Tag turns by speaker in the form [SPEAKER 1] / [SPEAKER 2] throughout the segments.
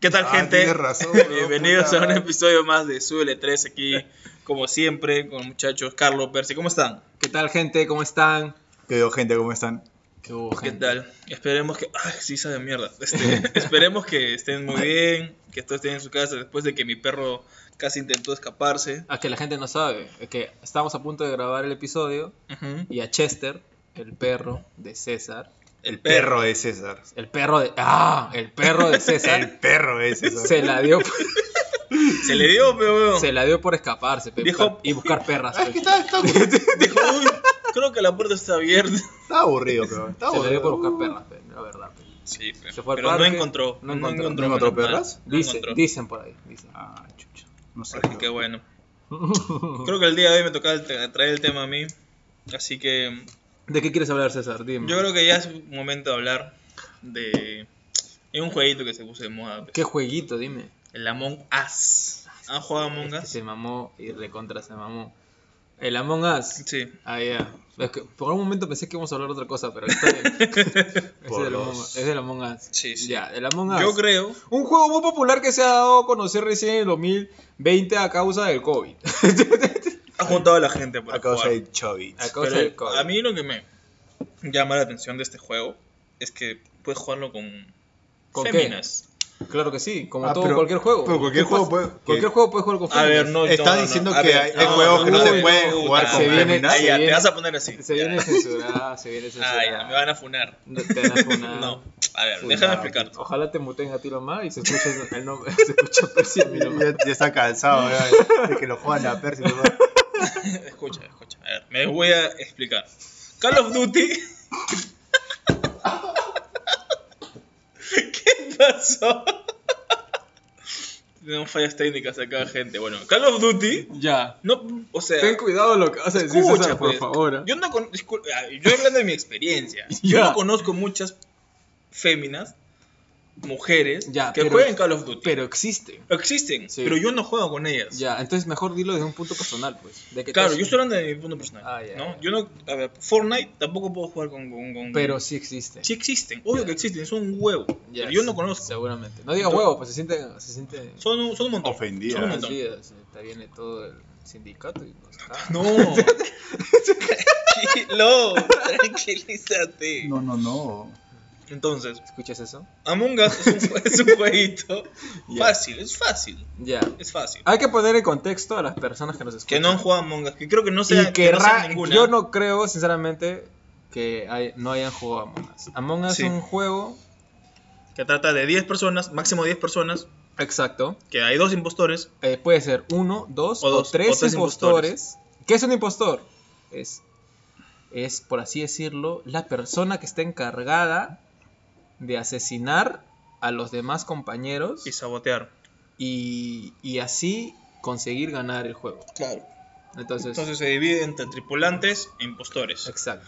[SPEAKER 1] ¿Qué tal,
[SPEAKER 2] Ah,
[SPEAKER 1] gente?
[SPEAKER 2] tienes razón, weón,
[SPEAKER 1] Bienvenidos
[SPEAKER 2] puta
[SPEAKER 1] a un
[SPEAKER 2] madre.
[SPEAKER 1] episodio más de Súbele 3 aquí, como siempre, con muchachos Carlos Percy. ¿Cómo están?
[SPEAKER 3] ¿Qué tal, gente? ¿Cómo están?
[SPEAKER 2] ¿Qué digo, gente? ¿Cómo están?
[SPEAKER 3] ¿Qué hubo,
[SPEAKER 1] ¿Qué
[SPEAKER 3] gente?
[SPEAKER 1] tal? Esperemos que. ¡Ay, sí, sabe mierda! Este, esperemos que estén muy bien, que todos estén en su casa después de que mi perro casi intentó escaparse.
[SPEAKER 3] Ah, que la gente no sabe. Es que estábamos a punto de grabar el episodio
[SPEAKER 1] Ujú.
[SPEAKER 3] y a Chester, el perro de César.
[SPEAKER 1] El perro.
[SPEAKER 2] Perro de César.
[SPEAKER 3] El perro de. ¡Ah! El perro de
[SPEAKER 2] El
[SPEAKER 3] César.
[SPEAKER 2] perro de César.
[SPEAKER 3] se la dio
[SPEAKER 1] Se le dio, pero weón.
[SPEAKER 3] se la dio por escaparse pe,
[SPEAKER 1] Dijo-
[SPEAKER 3] buscar- y buscar perras
[SPEAKER 2] Ah,
[SPEAKER 4] "Ah,
[SPEAKER 3] pe.
[SPEAKER 1] Dijo, uy, creo que la puerta está abierta.
[SPEAKER 2] Está aburrido, pero. Está
[SPEAKER 3] se la dio por
[SPEAKER 2] aburrido.
[SPEAKER 3] buscar perras pe, la verdad pe.
[SPEAKER 1] Sí, pero,
[SPEAKER 3] Se fue al
[SPEAKER 1] pero no
[SPEAKER 3] parque,
[SPEAKER 1] encontró.
[SPEAKER 3] no encontró.
[SPEAKER 2] ¿No encontró
[SPEAKER 1] menos mal.
[SPEAKER 2] perras?
[SPEAKER 1] No
[SPEAKER 3] Dicen,
[SPEAKER 1] encontró.
[SPEAKER 3] dicen por ahí dicen.
[SPEAKER 2] Ah, chucha. No sé.
[SPEAKER 1] Así que bueno. Creo que el día de hoy me tocaba tra- traer el tema a mí. Así que
[SPEAKER 3] ¿de qué quieres hablar César? dime
[SPEAKER 1] yo creo que ya es momento de hablar de es un jueguito que se puso de moda. pues.
[SPEAKER 3] ¿qué jueguito? dime
[SPEAKER 1] El Among Us. ¿Han jugado Among
[SPEAKER 3] Es que
[SPEAKER 1] Us?
[SPEAKER 3] se mamó y recontra se mamó el Among Us
[SPEAKER 1] Sí.
[SPEAKER 3] Ah, ya. Es que por un momento pensé que íbamos a hablar de otra cosa, pero está bien. es,
[SPEAKER 2] Por
[SPEAKER 3] del
[SPEAKER 2] los-
[SPEAKER 3] Among, Us- es del Among Us.
[SPEAKER 1] Sí, sí.
[SPEAKER 3] Ya, el Among Us.
[SPEAKER 1] Yo creo.
[SPEAKER 3] Un juego muy popular que se ha dado a conocer recién en el 2020 a causa del COVID.
[SPEAKER 1] Ha juntado a la gente para
[SPEAKER 2] A causa
[SPEAKER 1] jugar.
[SPEAKER 2] de Chovit.
[SPEAKER 3] A causa del
[SPEAKER 1] Pero
[SPEAKER 3] COVID.
[SPEAKER 1] a mí lo que me llama la atención de este juego es que puedes jugarlo con,
[SPEAKER 3] ¿Con qué?
[SPEAKER 1] féminas.
[SPEAKER 3] Claro que sí, como
[SPEAKER 2] Ah,
[SPEAKER 3] todo,
[SPEAKER 2] pero-
[SPEAKER 3] cualquier juego.
[SPEAKER 2] pero cualquier
[SPEAKER 3] Tú
[SPEAKER 2] juego
[SPEAKER 3] puedes-
[SPEAKER 2] puede-
[SPEAKER 3] cualquier juego puedes jugar con
[SPEAKER 1] A ver,
[SPEAKER 3] féminas.
[SPEAKER 1] no.
[SPEAKER 2] Está
[SPEAKER 1] no, no, no.
[SPEAKER 2] diciendo
[SPEAKER 1] A
[SPEAKER 2] que hay- hay
[SPEAKER 3] juegos que no se
[SPEAKER 2] pueden jugar
[SPEAKER 3] con féminas. Ah,
[SPEAKER 1] Ah, ya,
[SPEAKER 3] Se
[SPEAKER 1] te vas
[SPEAKER 3] viene-
[SPEAKER 1] a poner así.
[SPEAKER 3] Se viene censurada, se viene censurada.
[SPEAKER 1] Ah, ya, me van a funar.
[SPEAKER 3] No te van a funar.
[SPEAKER 1] No, a ver,
[SPEAKER 2] Funar.
[SPEAKER 1] déjame explicarte.
[SPEAKER 3] Ojalá te muten a ti lo más y se escucha el nombre, se escucha Percy a mí
[SPEAKER 2] Ya,
[SPEAKER 3] lo más.
[SPEAKER 2] ya está cansado, ya, de que lo juegan a Percy. ¿no?
[SPEAKER 1] Escucha, escucha. A ver, me voy a explicar. Call of Duty. ¿Qué pasó? Tenemos fallas técnicas acá, gente. Bueno, Call of Duty.
[SPEAKER 3] Ya.
[SPEAKER 1] No, o sea.
[SPEAKER 3] Ten cuidado lo que vas a decir,
[SPEAKER 1] escucha,
[SPEAKER 3] César, por
[SPEAKER 1] pues.
[SPEAKER 3] favor. ¿eh?
[SPEAKER 1] Yo no con- discul- ah, yo hablando de mi experiencia. Yo
[SPEAKER 3] Ya.
[SPEAKER 1] no conozco muchas féminas, mujeres,
[SPEAKER 3] Ya,
[SPEAKER 1] que
[SPEAKER 3] pero-
[SPEAKER 1] jueguen Call of Duty.
[SPEAKER 3] Pero existe.
[SPEAKER 1] Existen,
[SPEAKER 3] Sí.
[SPEAKER 1] pero yo no juego con ellas.
[SPEAKER 3] Ya, entonces mejor dilo desde un punto personal, pues. De que
[SPEAKER 1] Claro,
[SPEAKER 3] te-
[SPEAKER 1] yo estoy hablando de mi punto personal.
[SPEAKER 3] Ah, ya,
[SPEAKER 1] ¿no?
[SPEAKER 3] ya.
[SPEAKER 1] Yo no, a ver, Fortnite tampoco puedo jugar con. con, con-
[SPEAKER 3] Pero sí existe.
[SPEAKER 1] sí existen, obvio que existen, son un huevo.
[SPEAKER 3] Ya,
[SPEAKER 1] pero yo
[SPEAKER 3] sí,
[SPEAKER 1] no conozco.
[SPEAKER 3] Seguramente. No digas
[SPEAKER 1] Entonces-
[SPEAKER 3] huevo, pues se siente. Se siente
[SPEAKER 1] Son, un- son un montón.
[SPEAKER 2] Ofendidas.
[SPEAKER 1] Son un
[SPEAKER 3] Buenos
[SPEAKER 1] montón.
[SPEAKER 3] días, eh, Te viene todo el sindicato y nos caga.
[SPEAKER 1] No. Tranquilo, tranquilízate.
[SPEAKER 2] No, no, no.
[SPEAKER 1] Entonces,
[SPEAKER 3] ¿Escuchas eso?
[SPEAKER 1] Among Us es un, jue- es un jueguito
[SPEAKER 3] Ya.
[SPEAKER 1] fácil, es fácil,
[SPEAKER 3] Ya.
[SPEAKER 1] es fácil.
[SPEAKER 3] Hay que poner en contexto a las personas que nos
[SPEAKER 1] Que
[SPEAKER 3] escuchan.
[SPEAKER 1] no han jugado Among Us, que creo que no
[SPEAKER 3] y
[SPEAKER 1] sea, que no
[SPEAKER 3] querrá-
[SPEAKER 1] sea ninguna.
[SPEAKER 3] Yo no creo, sinceramente, que hay- no hayan jugado Among Us. Among Us
[SPEAKER 1] Sí.
[SPEAKER 3] es un juego.
[SPEAKER 1] Que trata de 10 personas, máximo 10 personas,
[SPEAKER 3] Exacto.
[SPEAKER 1] que hay dos impostores.
[SPEAKER 3] Eh, puede ser uno, dos
[SPEAKER 1] O
[SPEAKER 3] o,
[SPEAKER 1] dos,
[SPEAKER 3] tres,
[SPEAKER 1] o tres
[SPEAKER 3] impostores. ¿Qué es un impostor? Es, es, por así decirlo, la persona que está encargada de asesinar a los demás compañeros
[SPEAKER 1] Y sabotear.
[SPEAKER 3] y, y así conseguir ganar el juego.
[SPEAKER 1] Claro.
[SPEAKER 3] Entonces,
[SPEAKER 1] Entonces se divide entre tripulantes e impostores.
[SPEAKER 3] exacto.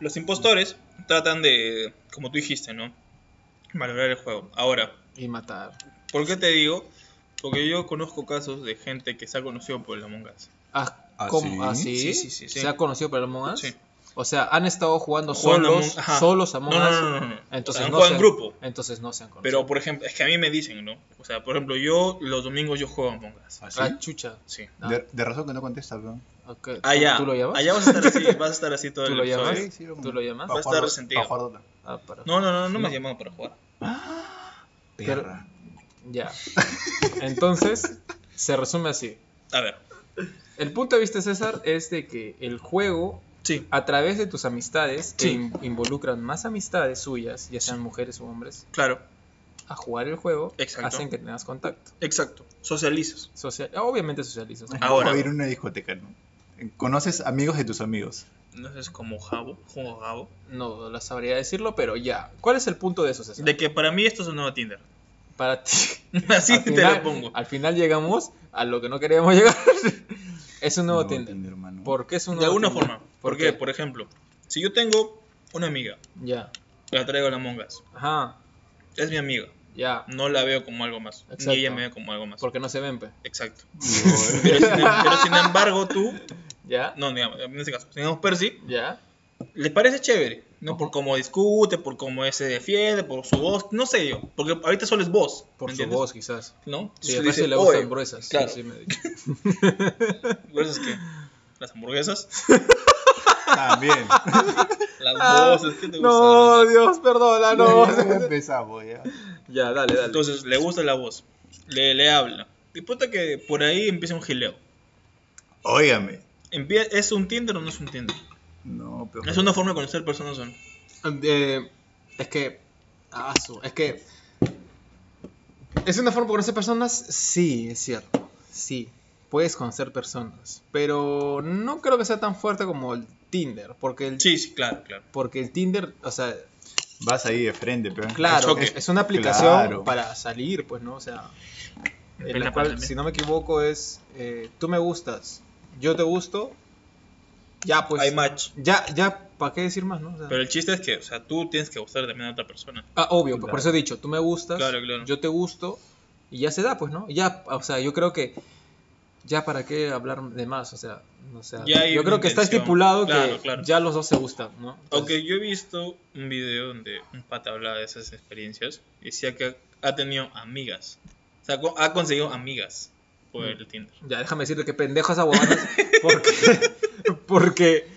[SPEAKER 1] Los impostores tratan de, como tú dijiste, ¿no? Valorar el juego. Ahora,
[SPEAKER 3] Y matar.
[SPEAKER 1] ¿por qué te digo? Porque yo conozco casos de gente que se ha conocido por el Among Us.
[SPEAKER 3] Ah,
[SPEAKER 2] ¿Ah, sí?
[SPEAKER 3] ¿cómo? ¿Ah, sí?
[SPEAKER 1] Sí, sí, sí, sí.
[SPEAKER 3] ¿Se ha conocido por el Among Us?
[SPEAKER 1] Sí.
[SPEAKER 3] O sea, han estado jugando,
[SPEAKER 1] Jugando
[SPEAKER 3] solos,
[SPEAKER 1] Among- ajá.
[SPEAKER 3] solos Among
[SPEAKER 1] No, no,
[SPEAKER 3] Us.
[SPEAKER 1] no, no, no. O
[SPEAKER 3] Entonces,
[SPEAKER 1] sea, han
[SPEAKER 3] no
[SPEAKER 1] jugado en
[SPEAKER 3] se han-
[SPEAKER 1] grupo.
[SPEAKER 3] Entonces no se han conocido.
[SPEAKER 1] Pero, por ejemplo, es que a mí me dicen, ¿no? O sea, por ejemplo, yo los domingos yo juego a Among Us.
[SPEAKER 2] ¿Así?
[SPEAKER 3] Ah, chucha.
[SPEAKER 1] Sí.
[SPEAKER 3] Ah,
[SPEAKER 2] De, de razón que no contesta, bro.
[SPEAKER 3] ok.
[SPEAKER 1] Allá.
[SPEAKER 3] ¿Tú lo llevas?
[SPEAKER 1] Allá vas a estar así, vas a estar así todo
[SPEAKER 3] ¿Tú
[SPEAKER 1] el
[SPEAKER 3] lo
[SPEAKER 1] episodio.
[SPEAKER 3] llamas?
[SPEAKER 2] Sí, sí,
[SPEAKER 3] ¿Tú lo llamas?
[SPEAKER 2] Pa'
[SPEAKER 1] Va a estar
[SPEAKER 2] jugar-
[SPEAKER 1] resentido.
[SPEAKER 2] pa' jugar Dota.
[SPEAKER 3] Ah, para.
[SPEAKER 1] No, no, no, no me has llamado para jugar.
[SPEAKER 3] Pero-
[SPEAKER 2] Perra.
[SPEAKER 3] Ya. Entonces, se resume así.
[SPEAKER 1] A ver.
[SPEAKER 3] El punto de vista, César, es de que el juego,
[SPEAKER 1] Sí.
[SPEAKER 3] a través de tus amistades, que
[SPEAKER 1] Sí.
[SPEAKER 3] in- involucran más amistades suyas, ya sean mujeres o hombres,
[SPEAKER 1] Claro.
[SPEAKER 3] a jugar el juego,
[SPEAKER 1] Exacto.
[SPEAKER 3] hacen que tengas contacto.
[SPEAKER 1] Exacto. Socializas.
[SPEAKER 3] Social, obviamente
[SPEAKER 2] Es
[SPEAKER 3] socializas. ¿no?
[SPEAKER 1] Ah.
[SPEAKER 2] como
[SPEAKER 1] Ahora.
[SPEAKER 2] ir a una discoteca, ¿no? Conoces amigos de tus amigos.
[SPEAKER 1] Entonces, como Jabo, juego Jabo.
[SPEAKER 3] No lo sabría decirlo, pero ya. ¿Cuál es el punto de eso, César?
[SPEAKER 1] De que para mí esto es un nuevo Tinder.
[SPEAKER 3] Para ti.
[SPEAKER 1] Así
[SPEAKER 3] al
[SPEAKER 1] te
[SPEAKER 3] final-
[SPEAKER 1] lo pongo.
[SPEAKER 3] Al final llegamos a lo que no queríamos llegar. es un nuevo Tinder.
[SPEAKER 2] hermano.
[SPEAKER 3] ¿Por qué es un
[SPEAKER 1] de
[SPEAKER 3] nuevo
[SPEAKER 1] alguna
[SPEAKER 3] Tinder?
[SPEAKER 1] forma. Porque, por ejemplo, si yo tengo una amiga,
[SPEAKER 3] Ya.
[SPEAKER 1] la traigo a la mongas,
[SPEAKER 3] Ajá.
[SPEAKER 1] es mi amiga,
[SPEAKER 3] Ya.
[SPEAKER 1] no la veo como algo más,
[SPEAKER 3] Exacto.
[SPEAKER 1] ni ella me ve como algo más.
[SPEAKER 3] Porque no se ven, pe.
[SPEAKER 1] Exacto.
[SPEAKER 2] Yo-
[SPEAKER 1] Pero sin, em, pero sin embargo, tú,
[SPEAKER 3] ¿Ya?
[SPEAKER 1] no, digamos, en este caso, digamos Percy,
[SPEAKER 3] ¿Ya?
[SPEAKER 1] le parece chévere, No por cómo discute, por cómo se defiende, por su voz, no sé yo. Porque ahorita solo es voz.
[SPEAKER 3] Por su
[SPEAKER 1] ¿entiendes?
[SPEAKER 3] voz, quizás.
[SPEAKER 1] ¿No? Entonces
[SPEAKER 3] Sí, a veces
[SPEAKER 1] dice,
[SPEAKER 3] le gustan
[SPEAKER 1] "Oye".
[SPEAKER 3] gruesas. sí,
[SPEAKER 1] Claro.
[SPEAKER 3] sí, me dijo.
[SPEAKER 1] ¿Gruesas qué? Las hamburguesas,
[SPEAKER 2] También.
[SPEAKER 1] las voces, ¿qué te gusta?
[SPEAKER 3] Ah, no, Dios, perdona, no.
[SPEAKER 2] empezamos ya.
[SPEAKER 3] ya, dale, dale.
[SPEAKER 1] Entonces le gusta la voz, le, le habla. Y puta que por ahí empieza un gileo.
[SPEAKER 2] Óigame.
[SPEAKER 1] Empie- ¿Es un Tinder o no es un Tinder?
[SPEAKER 2] No, pero.
[SPEAKER 1] Es una forma de conocer personas o no.
[SPEAKER 3] Eh, es que. ah, su- es que. ¿Es una forma de conocer personas? Sí, es cierto. Sí, puedes conocer personas. Pero no creo que sea tan fuerte como el Tinder. Porque el,
[SPEAKER 1] Sí, sí, claro, claro.
[SPEAKER 3] porque el Tinder, o sea,
[SPEAKER 2] Vas ahí de frente, pero.
[SPEAKER 3] claro,
[SPEAKER 1] choque.
[SPEAKER 3] es, es una aplicación
[SPEAKER 2] Claro.
[SPEAKER 3] para salir, pues, ¿no? O sea, en
[SPEAKER 1] Pena
[SPEAKER 3] la cual,
[SPEAKER 1] pandemia.
[SPEAKER 3] si no me equivoco, es. eh, tú me gustas, yo te gusto. Ya, pues.
[SPEAKER 1] Hay match.
[SPEAKER 3] Ya, ya, ¿para qué decir más, no? O sea,
[SPEAKER 1] Pero el chiste es que, o sea, tú tienes que gustar también a otra persona.
[SPEAKER 3] Ah, obvio, por
[SPEAKER 2] Claro.
[SPEAKER 3] eso he dicho, tú me gustas,
[SPEAKER 1] Claro, claro.
[SPEAKER 3] yo te gusto, y ya se da, pues, ¿no? Ya, o sea, yo creo que ya para qué hablar de más, o sea, o sea,
[SPEAKER 1] Ya hay
[SPEAKER 3] yo
[SPEAKER 1] una
[SPEAKER 3] creo que está
[SPEAKER 1] intención.
[SPEAKER 3] estipulado
[SPEAKER 1] Claro,
[SPEAKER 3] que
[SPEAKER 1] claro.
[SPEAKER 3] ya los dos se gustan, ¿no?
[SPEAKER 1] Aunque
[SPEAKER 3] Entonces,
[SPEAKER 1] yo he visto un video donde un pata hablaba de esas experiencias y decía que ha tenido amigas. O sea, co- ha conseguido amigas por el Tinder.
[SPEAKER 3] Ya, déjame decirte que pendejas abogadas, porque, porque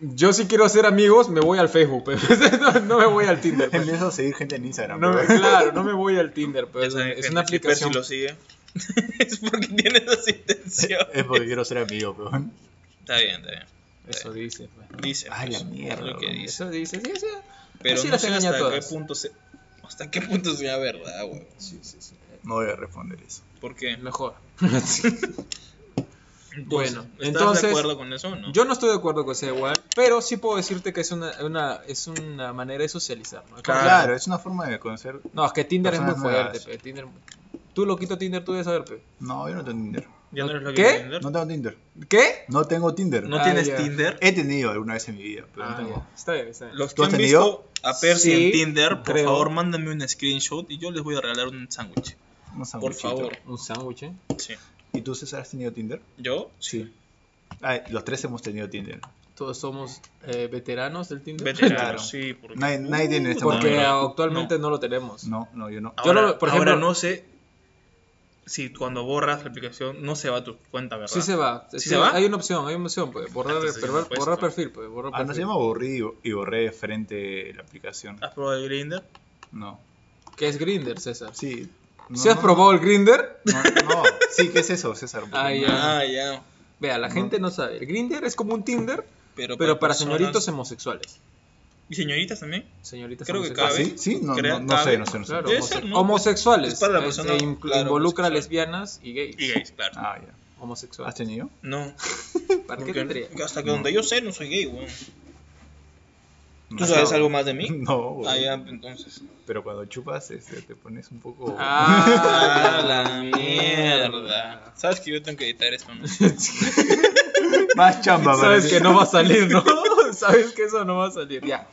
[SPEAKER 3] yo si quiero hacer amigos me voy al Facebook, pero no, no me voy al Tinder. pues.
[SPEAKER 2] Empiezo a seguir gente en Instagram.
[SPEAKER 3] No,
[SPEAKER 2] pero-
[SPEAKER 3] claro, no me voy al Tinder, pero
[SPEAKER 1] Ya
[SPEAKER 3] es,
[SPEAKER 1] saben,
[SPEAKER 3] es
[SPEAKER 1] gente,
[SPEAKER 3] una
[SPEAKER 1] si Percy
[SPEAKER 3] aplicación.
[SPEAKER 1] lo sigue, es porque tiene esa intención.
[SPEAKER 2] Es porque quiero ser amigo, pero.
[SPEAKER 1] Está bien, está bien.
[SPEAKER 3] Eso dice, pues.
[SPEAKER 1] Dice.
[SPEAKER 2] Ay,
[SPEAKER 1] pues,
[SPEAKER 2] la mierda,
[SPEAKER 1] es lo que
[SPEAKER 2] weón.
[SPEAKER 1] eh, dice.
[SPEAKER 3] Eso dice, sí, sí.
[SPEAKER 1] Pero
[SPEAKER 3] Así
[SPEAKER 1] no
[SPEAKER 3] las
[SPEAKER 1] sé
[SPEAKER 3] engaña
[SPEAKER 1] hasta
[SPEAKER 3] a
[SPEAKER 1] qué
[SPEAKER 3] todas.
[SPEAKER 1] punto se... Hasta qué punto sea verdad, güey.
[SPEAKER 2] Sí, sí, sí. No voy a responder eso.
[SPEAKER 1] ¿Por qué?
[SPEAKER 3] Mejor.
[SPEAKER 1] Entonces,
[SPEAKER 3] Bueno,
[SPEAKER 1] ¿estás de
[SPEAKER 3] entonces,
[SPEAKER 1] acuerdo con eso o no?
[SPEAKER 3] Yo no estoy de acuerdo con ese igual, pero sí puedo decirte que es una, una- es una manera de socializar. ¿no?
[SPEAKER 1] Claro.
[SPEAKER 2] Claro. es una forma de conocer.
[SPEAKER 3] No, es que Tinder es muy
[SPEAKER 2] Personas
[SPEAKER 3] fuerte.
[SPEAKER 2] nuevas.
[SPEAKER 3] pe, Tinder, tú lo quito Tinder, tú debes saber. pe.
[SPEAKER 2] No, yo no tengo Tinder.
[SPEAKER 1] ¿Ya no eres lo
[SPEAKER 3] ¿Qué?
[SPEAKER 1] que Tinder?
[SPEAKER 2] No tengo Tinder.
[SPEAKER 3] ¿Qué?
[SPEAKER 2] No tengo Tinder.
[SPEAKER 1] ¿No
[SPEAKER 3] Ah,
[SPEAKER 1] tienes
[SPEAKER 3] ya.
[SPEAKER 1] Tinder?
[SPEAKER 2] He tenido alguna vez en mi vida, pero no
[SPEAKER 3] Ah,
[SPEAKER 2] tengo.
[SPEAKER 3] ya. Está bien, está bien.
[SPEAKER 1] Los que
[SPEAKER 2] ¿Tú
[SPEAKER 1] han
[SPEAKER 2] has tenido?
[SPEAKER 1] visto a Percy
[SPEAKER 3] Sí,
[SPEAKER 1] en Tinder, por
[SPEAKER 3] creo.
[SPEAKER 1] favor, mándenme un screenshot y yo les voy a regalar un sándwich.
[SPEAKER 2] Un
[SPEAKER 1] Por
[SPEAKER 2] sanguchito.
[SPEAKER 1] favor.
[SPEAKER 3] Un sándwich, ¿eh?
[SPEAKER 1] Sí.
[SPEAKER 2] ¿Y tú, César, has tenido Tinder?
[SPEAKER 1] Yo,
[SPEAKER 2] Sí. Ah, los tres hemos tenido Tinder.
[SPEAKER 3] Todos somos eh, veteranos del Tinder.
[SPEAKER 1] veterano,
[SPEAKER 2] Claro.
[SPEAKER 1] sí. Porque,
[SPEAKER 2] Nadie- nadie tiene este
[SPEAKER 3] Porque
[SPEAKER 2] No,
[SPEAKER 3] actualmente no. lo tenemos.
[SPEAKER 2] No, no, yo no.
[SPEAKER 3] Yo
[SPEAKER 1] Ahora,
[SPEAKER 3] lo- por
[SPEAKER 1] ahora
[SPEAKER 3] ejemplo-
[SPEAKER 1] no sé si cuando borras la aplicación no se va a tu cuenta, ¿verdad?
[SPEAKER 3] Sí se va.
[SPEAKER 1] ¿Sí se va?
[SPEAKER 3] Hay una opción, hay una opción. Pues. Borrar,
[SPEAKER 1] Entonces,
[SPEAKER 3] borrar-
[SPEAKER 1] sí, pues,
[SPEAKER 3] borrar
[SPEAKER 1] claro.
[SPEAKER 3] perfil. Pues. Borrar
[SPEAKER 2] Ah, no se
[SPEAKER 3] perfil.
[SPEAKER 2] me aburrí y borré de frente la aplicación.
[SPEAKER 3] Ah.
[SPEAKER 1] ¿Has probado el Grindr?
[SPEAKER 2] No.
[SPEAKER 3] ¿Qué es Grinder, César?
[SPEAKER 2] Sí. No,
[SPEAKER 3] ¿Se has
[SPEAKER 2] no,
[SPEAKER 3] probado el Grinder?
[SPEAKER 2] No, no. Sí, ¿qué es eso, César? Porque
[SPEAKER 3] Ah,
[SPEAKER 2] no-
[SPEAKER 3] Ya.
[SPEAKER 1] Ah, ya.
[SPEAKER 3] Vea, la gente no sabe. El Grinder es como un Tinder,
[SPEAKER 1] Pero,
[SPEAKER 3] pero para
[SPEAKER 1] personas-
[SPEAKER 3] señoritos homosexuales.
[SPEAKER 1] ¿Y señoritas también.
[SPEAKER 3] Señoritas
[SPEAKER 1] Creo que
[SPEAKER 2] ¿Ah,
[SPEAKER 3] homosexuales.
[SPEAKER 1] cabe.
[SPEAKER 2] sí? Sí, no,
[SPEAKER 1] Creo-
[SPEAKER 2] no, no sé, no sé, no sé.
[SPEAKER 3] Claro,
[SPEAKER 1] Debe
[SPEAKER 3] homose-
[SPEAKER 1] ser, ¿no?
[SPEAKER 3] homosexuales.
[SPEAKER 1] Es para la
[SPEAKER 3] eh,
[SPEAKER 1] persona,
[SPEAKER 3] se inclu-
[SPEAKER 1] claro,
[SPEAKER 3] involucra
[SPEAKER 1] homosexual.
[SPEAKER 3] lesbianas y gays.
[SPEAKER 1] Y gays, claro.
[SPEAKER 2] Ah, ya. ¿Has
[SPEAKER 3] Homosexuales.
[SPEAKER 2] tenido?
[SPEAKER 1] No.
[SPEAKER 3] ¿Para qué
[SPEAKER 1] porque
[SPEAKER 3] tendría?
[SPEAKER 1] hasta que donde yo sé, no soy gay, weón. ¿Tú
[SPEAKER 2] No.
[SPEAKER 1] sabes algo más de mí?
[SPEAKER 2] No, güey.
[SPEAKER 1] Ah, ya, entonces.
[SPEAKER 2] pero cuando chupas este, te pones un poco...
[SPEAKER 1] Ah, la mierda. Sabes que yo tengo que editar esto, ¿no?
[SPEAKER 2] Más chamba,
[SPEAKER 3] Sabes
[SPEAKER 2] parece.
[SPEAKER 3] que no va a salir, ¿no? Sabes que eso no va a salir. Ya.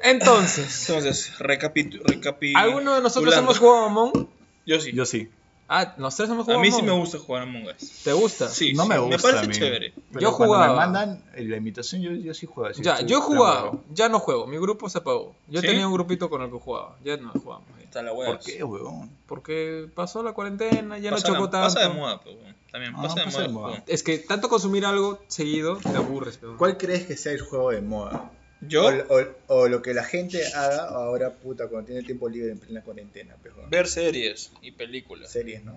[SPEAKER 3] Entonces,
[SPEAKER 1] Entonces, recapitu recapi
[SPEAKER 3] ¿alguno de nosotros
[SPEAKER 1] culando.
[SPEAKER 3] hemos jugado a Among?
[SPEAKER 1] Yo sí.
[SPEAKER 2] Yo sí.
[SPEAKER 3] Ah, nosotros hemos
[SPEAKER 1] a
[SPEAKER 3] jugado
[SPEAKER 1] mí sí
[SPEAKER 3] Among?
[SPEAKER 1] me gusta jugar a Among Us.
[SPEAKER 3] ¿Te gusta?
[SPEAKER 1] Sí,
[SPEAKER 2] No
[SPEAKER 1] sí,
[SPEAKER 2] me gusta
[SPEAKER 1] parece
[SPEAKER 2] a mí.
[SPEAKER 1] chévere.
[SPEAKER 2] Pero
[SPEAKER 3] Yo
[SPEAKER 2] cuando
[SPEAKER 3] jugaba.
[SPEAKER 2] me mandan eh, la invitación, yo, yo sí jugaba. sí,
[SPEAKER 3] Ya,
[SPEAKER 2] estoy
[SPEAKER 3] yo jugaba,
[SPEAKER 2] traumado.
[SPEAKER 3] ya no juego, mi grupo se apagó. Yo
[SPEAKER 1] ¿Sí?
[SPEAKER 3] tenía un grupito con el que jugaba, ya no jugamos. ya.
[SPEAKER 1] Está la hueá.
[SPEAKER 2] ¿Por qué, huevón?
[SPEAKER 3] Porque pasó la cuarentena, ya
[SPEAKER 1] Pasa
[SPEAKER 3] no
[SPEAKER 1] la-
[SPEAKER 3] chocó tanto.
[SPEAKER 1] Pasa de moda, pues, weón. También
[SPEAKER 2] Ah,
[SPEAKER 1] pasa, de, moda, pues. weón.
[SPEAKER 3] Es que tanto consumir algo seguido te aburres. peón.
[SPEAKER 4] ¿Cuál crees que sea el juego de moda?
[SPEAKER 1] Yo,
[SPEAKER 4] O, o- o lo que la gente haga ahora, puta, cuando tiene tiempo libre en plena cuarentena, pejo.
[SPEAKER 1] ver series y películas.
[SPEAKER 4] Series, ¿no?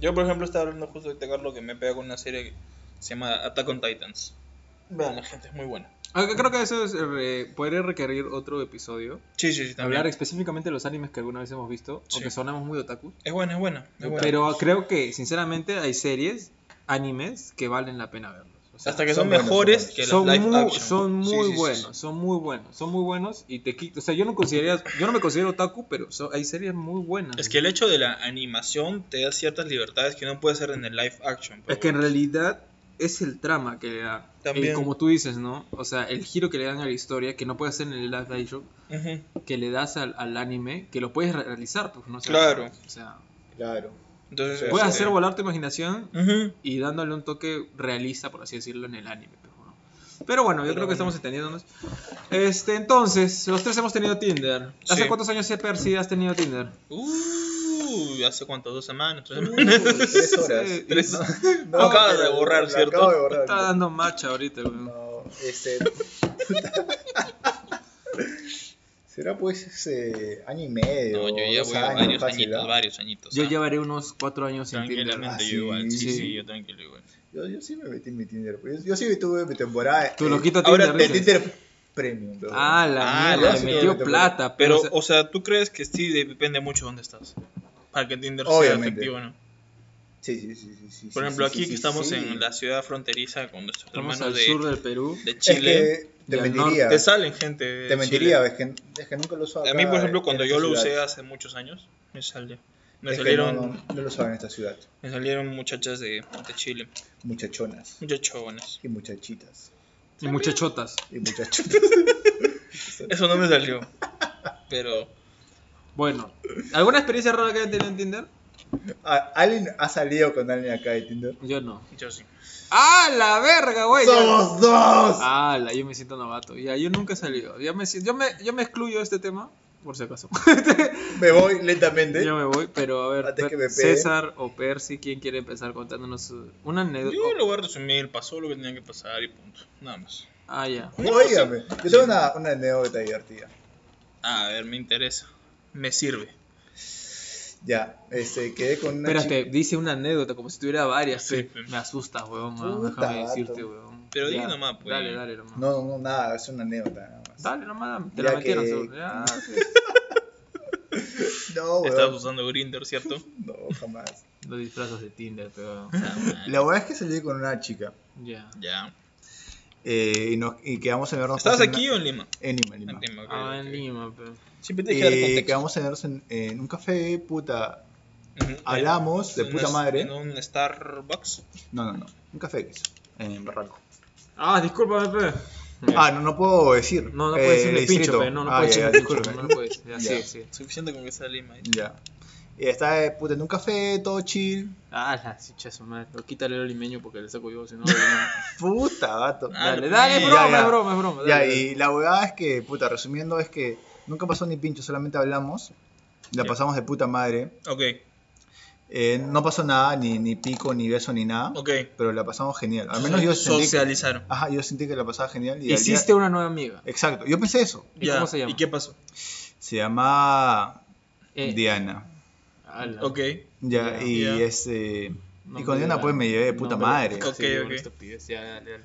[SPEAKER 1] Yo, por ejemplo, estaba hablando justo de Carlos que me pega con una serie que se llama Attack on Titans. Vean, la gente es muy buena.
[SPEAKER 3] Aunque Creo que eso es, eh, podría requerir otro episodio.
[SPEAKER 1] Sí, sí, sí, también.
[SPEAKER 3] Hablar específicamente de los animes que alguna vez hemos visto,
[SPEAKER 1] Sí.
[SPEAKER 3] o que sonamos muy otaku.
[SPEAKER 1] Es buena, es buena. Es buena.
[SPEAKER 3] Pero creo que, sinceramente, hay series, animes, que valen la pena verlos. O sea,
[SPEAKER 1] Hasta que son,
[SPEAKER 4] son buenas,
[SPEAKER 1] mejores
[SPEAKER 4] son
[SPEAKER 1] que las
[SPEAKER 3] son
[SPEAKER 1] live
[SPEAKER 3] muy,
[SPEAKER 1] action.
[SPEAKER 3] son
[SPEAKER 1] Sí,
[SPEAKER 3] muy
[SPEAKER 1] sí, sí, sí.
[SPEAKER 3] buenos, son muy buenos, son muy buenos y te quito, o sea, yo no consideraría, yo no me considero otaku, pero so- hay series muy buenas.
[SPEAKER 1] Es que el hecho de la animación te da ciertas libertades que no puede ser en el live action. pues.
[SPEAKER 3] Es
[SPEAKER 1] pero
[SPEAKER 3] que en
[SPEAKER 1] bueno.
[SPEAKER 3] realidad es el trama que le da.
[SPEAKER 1] También.
[SPEAKER 3] Y como tú dices, ¿no? O sea, el giro que le dan a la historia, que no puede hacer en el live action,
[SPEAKER 1] Ujú.
[SPEAKER 3] que le das al, al anime, que lo puedes re- realizar, pues, ¿no? O sea,
[SPEAKER 1] Claro.
[SPEAKER 3] O sea,
[SPEAKER 4] Claro.
[SPEAKER 1] Entonces,
[SPEAKER 3] puedes
[SPEAKER 1] este,
[SPEAKER 3] hacer volar tu imaginación
[SPEAKER 1] ujú.
[SPEAKER 3] y dándole un toque realista, por así decirlo, en el anime, pues, ¿no? Pero bueno,
[SPEAKER 1] Pero
[SPEAKER 3] yo creo que
[SPEAKER 1] bueno.
[SPEAKER 3] estamos entendiéndonos. Este, entonces, los tres hemos tenido Tinder. ¿Hace
[SPEAKER 1] Sí.
[SPEAKER 3] cuántos años, Percy, has tenido Tinder?
[SPEAKER 1] Uy, ¿hace cuánto? ¿Dos semanas? ¿Tres semanas?
[SPEAKER 4] Tres horas.
[SPEAKER 3] Sí.
[SPEAKER 1] Tres.
[SPEAKER 4] No,
[SPEAKER 1] Acabas
[SPEAKER 4] pero
[SPEAKER 1] de borrar,
[SPEAKER 4] lo
[SPEAKER 1] ¿cierto?
[SPEAKER 4] Acabo de borrar.
[SPEAKER 3] Está dando macha ahorita, weón.
[SPEAKER 4] No, este. Será pues ese año y medio.
[SPEAKER 1] No, yo ya
[SPEAKER 4] dos
[SPEAKER 1] voy a
[SPEAKER 4] años,
[SPEAKER 1] varios
[SPEAKER 4] fácil,
[SPEAKER 1] añitos,
[SPEAKER 4] ¿ah?
[SPEAKER 1] varios añitos.
[SPEAKER 3] Yo
[SPEAKER 1] ah.
[SPEAKER 3] llevaré unos cuatro años en Tinder.
[SPEAKER 1] Tranquilamente, yo
[SPEAKER 4] Ah, sí,
[SPEAKER 1] igual. Sí,
[SPEAKER 4] sí.
[SPEAKER 1] sí, yo tranquilo igual.
[SPEAKER 4] Yo, yo sí me metí en mi Tinder. pues. Yo, yo sí tuve mi temporada.
[SPEAKER 3] Tu
[SPEAKER 4] eh,
[SPEAKER 3] loquito
[SPEAKER 1] ahora
[SPEAKER 3] Tinder.
[SPEAKER 4] de
[SPEAKER 3] dices.
[SPEAKER 4] Tinder Premium. bro.
[SPEAKER 3] Ah, la
[SPEAKER 1] Ah,
[SPEAKER 3] mierda,
[SPEAKER 1] ya,
[SPEAKER 3] le
[SPEAKER 1] sí,
[SPEAKER 3] metió
[SPEAKER 4] obviamente,
[SPEAKER 3] plata.
[SPEAKER 1] Pero,
[SPEAKER 3] Pero,
[SPEAKER 1] o sea, ¿tú crees que sí de- depende mucho de dónde estás? Para que Tinder sea
[SPEAKER 4] Obviamente.
[SPEAKER 1] efectivo, ¿no?
[SPEAKER 4] Sí, sí, sí, sí, sí,
[SPEAKER 1] Por
[SPEAKER 4] sí,
[SPEAKER 1] ejemplo,
[SPEAKER 4] sí,
[SPEAKER 1] aquí
[SPEAKER 4] sí,
[SPEAKER 1] que
[SPEAKER 4] sí,
[SPEAKER 1] estamos
[SPEAKER 4] sí.
[SPEAKER 1] en la ciudad fronteriza con nuestros
[SPEAKER 3] estamos
[SPEAKER 1] hermanos
[SPEAKER 3] al
[SPEAKER 1] de,
[SPEAKER 3] sur del Perú.
[SPEAKER 1] de
[SPEAKER 4] Es que
[SPEAKER 1] Chile.
[SPEAKER 3] y
[SPEAKER 4] te
[SPEAKER 3] al
[SPEAKER 4] mentiría.
[SPEAKER 1] Te salen gente. de
[SPEAKER 4] Te mentiría,
[SPEAKER 1] Chile.
[SPEAKER 4] es que, es que nunca lo usaba.
[SPEAKER 1] A mí, por
[SPEAKER 4] acá
[SPEAKER 1] ejemplo,
[SPEAKER 4] en
[SPEAKER 1] cuando
[SPEAKER 4] esta
[SPEAKER 1] yo lo
[SPEAKER 4] ciudad.
[SPEAKER 1] usé hace muchos años, me salió. Me
[SPEAKER 4] Es que
[SPEAKER 1] salieron,
[SPEAKER 4] no, no, no lo usaba en esta ciudad.
[SPEAKER 1] me salieron muchachas de, de Chile.
[SPEAKER 4] Muchachonas
[SPEAKER 1] Muchos chabones.
[SPEAKER 4] y muchachitas.
[SPEAKER 3] Y muchachotas.
[SPEAKER 4] Y muchachitas.
[SPEAKER 1] Eso no me salió. Pero.
[SPEAKER 3] Bueno, ¿alguna experiencia rara que hayan tenido en Tinder?
[SPEAKER 4] Ah, ¿Alguien ha salido con alguien acá de Tinder?
[SPEAKER 3] Yo no.
[SPEAKER 1] Yo sí.
[SPEAKER 3] ¡Ah, la verga, güey! Ya-
[SPEAKER 4] ¡Somos dos!
[SPEAKER 3] Ah, la, yo me siento novato. Ya, yo nunca he salido. Ya me, si- yo, me, yo me excluyo de este tema, por si acaso.
[SPEAKER 4] Me voy lentamente.
[SPEAKER 3] yo me voy, pero a ver,
[SPEAKER 4] Antes que me pegue.
[SPEAKER 3] César o Percy, ¿quién quiere empezar contándonos su- una anécdota? Oh,
[SPEAKER 1] Yo lo voy a resumir. Pasó lo que tenía que pasar y punto. Nada más.
[SPEAKER 3] Ah, ya.
[SPEAKER 4] Óigame, yo tengo una, una anécdota divertida.
[SPEAKER 1] A ver, me interesa. Me sirve.
[SPEAKER 4] Ya, este, quedé con una
[SPEAKER 3] Espérate,
[SPEAKER 4] chica-
[SPEAKER 3] dice una anécdota como si tuviera varias.
[SPEAKER 1] Sí,
[SPEAKER 3] pe.
[SPEAKER 1] pe.
[SPEAKER 3] Me asustas, weón. weón,
[SPEAKER 4] Puta,
[SPEAKER 3] déjame
[SPEAKER 4] vato.
[SPEAKER 3] decirte, weón.
[SPEAKER 1] Pero di
[SPEAKER 3] Ya,
[SPEAKER 1] nomás, pues.
[SPEAKER 3] Dale, dale, nomás.
[SPEAKER 4] No, no, nada, es una anécdota nada más.
[SPEAKER 3] Dale, nomás, te
[SPEAKER 4] Ya
[SPEAKER 3] la metieron
[SPEAKER 4] que-
[SPEAKER 3] seguro. Ya, sí.
[SPEAKER 4] No,
[SPEAKER 1] Estabas
[SPEAKER 4] weón.
[SPEAKER 1] usando Grinder, ¿cierto?
[SPEAKER 4] No, jamás.
[SPEAKER 3] Los disfrazos de Tinder, pero.
[SPEAKER 4] La verdad es que salí con una chica
[SPEAKER 3] Ya.
[SPEAKER 1] Ah, ya.
[SPEAKER 4] eh, y, nos, y quedamos en vernos.
[SPEAKER 1] ¿Estabas
[SPEAKER 4] pues en
[SPEAKER 1] aquí
[SPEAKER 4] una-
[SPEAKER 1] o en Lima?
[SPEAKER 4] En Lima, en Lima.
[SPEAKER 1] En Lima, ok,
[SPEAKER 3] Ah,
[SPEAKER 1] ok.
[SPEAKER 3] en Lima, pero.
[SPEAKER 1] Siempre te dije
[SPEAKER 4] Eh, quedamos en vernos en, en un café, puta. hablamos de puta madre.
[SPEAKER 1] En un Starbucks.
[SPEAKER 4] No, no, no. Un café X. En Barranco.
[SPEAKER 3] Ah, discúlpame, pe.
[SPEAKER 4] Ah, no, no puedo decir.
[SPEAKER 3] Eh. No, no
[SPEAKER 4] eh,
[SPEAKER 3] puedes decirle
[SPEAKER 4] distrito.
[SPEAKER 3] pincho, pe. No, no
[SPEAKER 4] Ah,
[SPEAKER 3] puedes
[SPEAKER 4] ya,
[SPEAKER 3] decirle pincho.
[SPEAKER 4] disculpe.
[SPEAKER 3] No, no puedes. Ya, sí,
[SPEAKER 4] Ya.
[SPEAKER 3] sí.
[SPEAKER 1] Suficiente con que sea Lima. ¿eh?
[SPEAKER 4] Ya. Y está eh, puta en un café, todo chill.
[SPEAKER 3] Ah, la chicha su madre. Lo quítale el limeño porque le saco yo, si no. dale,
[SPEAKER 4] Puta, gato.
[SPEAKER 1] Ah,
[SPEAKER 3] dale,
[SPEAKER 1] lo-
[SPEAKER 3] dale,
[SPEAKER 1] Ya,
[SPEAKER 3] broma,
[SPEAKER 4] ya.
[SPEAKER 3] es broma, es broma.
[SPEAKER 4] Ya,
[SPEAKER 3] dale,
[SPEAKER 4] y la huevada es que, puta, resumiendo, es que nunca pasó ni pincho, solamente hablamos. La
[SPEAKER 1] Ya.
[SPEAKER 4] pasamos de puta madre.
[SPEAKER 1] Ok,
[SPEAKER 4] Eh, no pasó nada, ni, ni pico, ni beso, ni nada.
[SPEAKER 1] ok.
[SPEAKER 4] Pero la pasamos genial. Al menos yo sentí, que,
[SPEAKER 1] Socializaron.
[SPEAKER 4] ajá, yo sentí que la pasaba genial. Y
[SPEAKER 3] dale.
[SPEAKER 4] al día-
[SPEAKER 3] Hiciste una nueva amiga.
[SPEAKER 4] Exacto, yo pensé eso.
[SPEAKER 3] ¿Y
[SPEAKER 1] Ya,
[SPEAKER 3] cómo se llama?
[SPEAKER 1] ¿Y qué pasó?
[SPEAKER 4] Se llama
[SPEAKER 3] Eh,
[SPEAKER 4] Diana.
[SPEAKER 3] ala.
[SPEAKER 1] Ok.
[SPEAKER 4] Ya,
[SPEAKER 3] Ya.
[SPEAKER 4] y
[SPEAKER 1] Ya.
[SPEAKER 4] ese.
[SPEAKER 3] No
[SPEAKER 4] y con
[SPEAKER 3] me
[SPEAKER 4] Diana
[SPEAKER 3] digas.
[SPEAKER 4] pues me llevé de
[SPEAKER 3] No
[SPEAKER 4] puta
[SPEAKER 3] me
[SPEAKER 4] madre.
[SPEAKER 3] digas.
[SPEAKER 1] Ok,
[SPEAKER 3] Sí,
[SPEAKER 1] ok.
[SPEAKER 3] una estupidez, ya, dale, dale.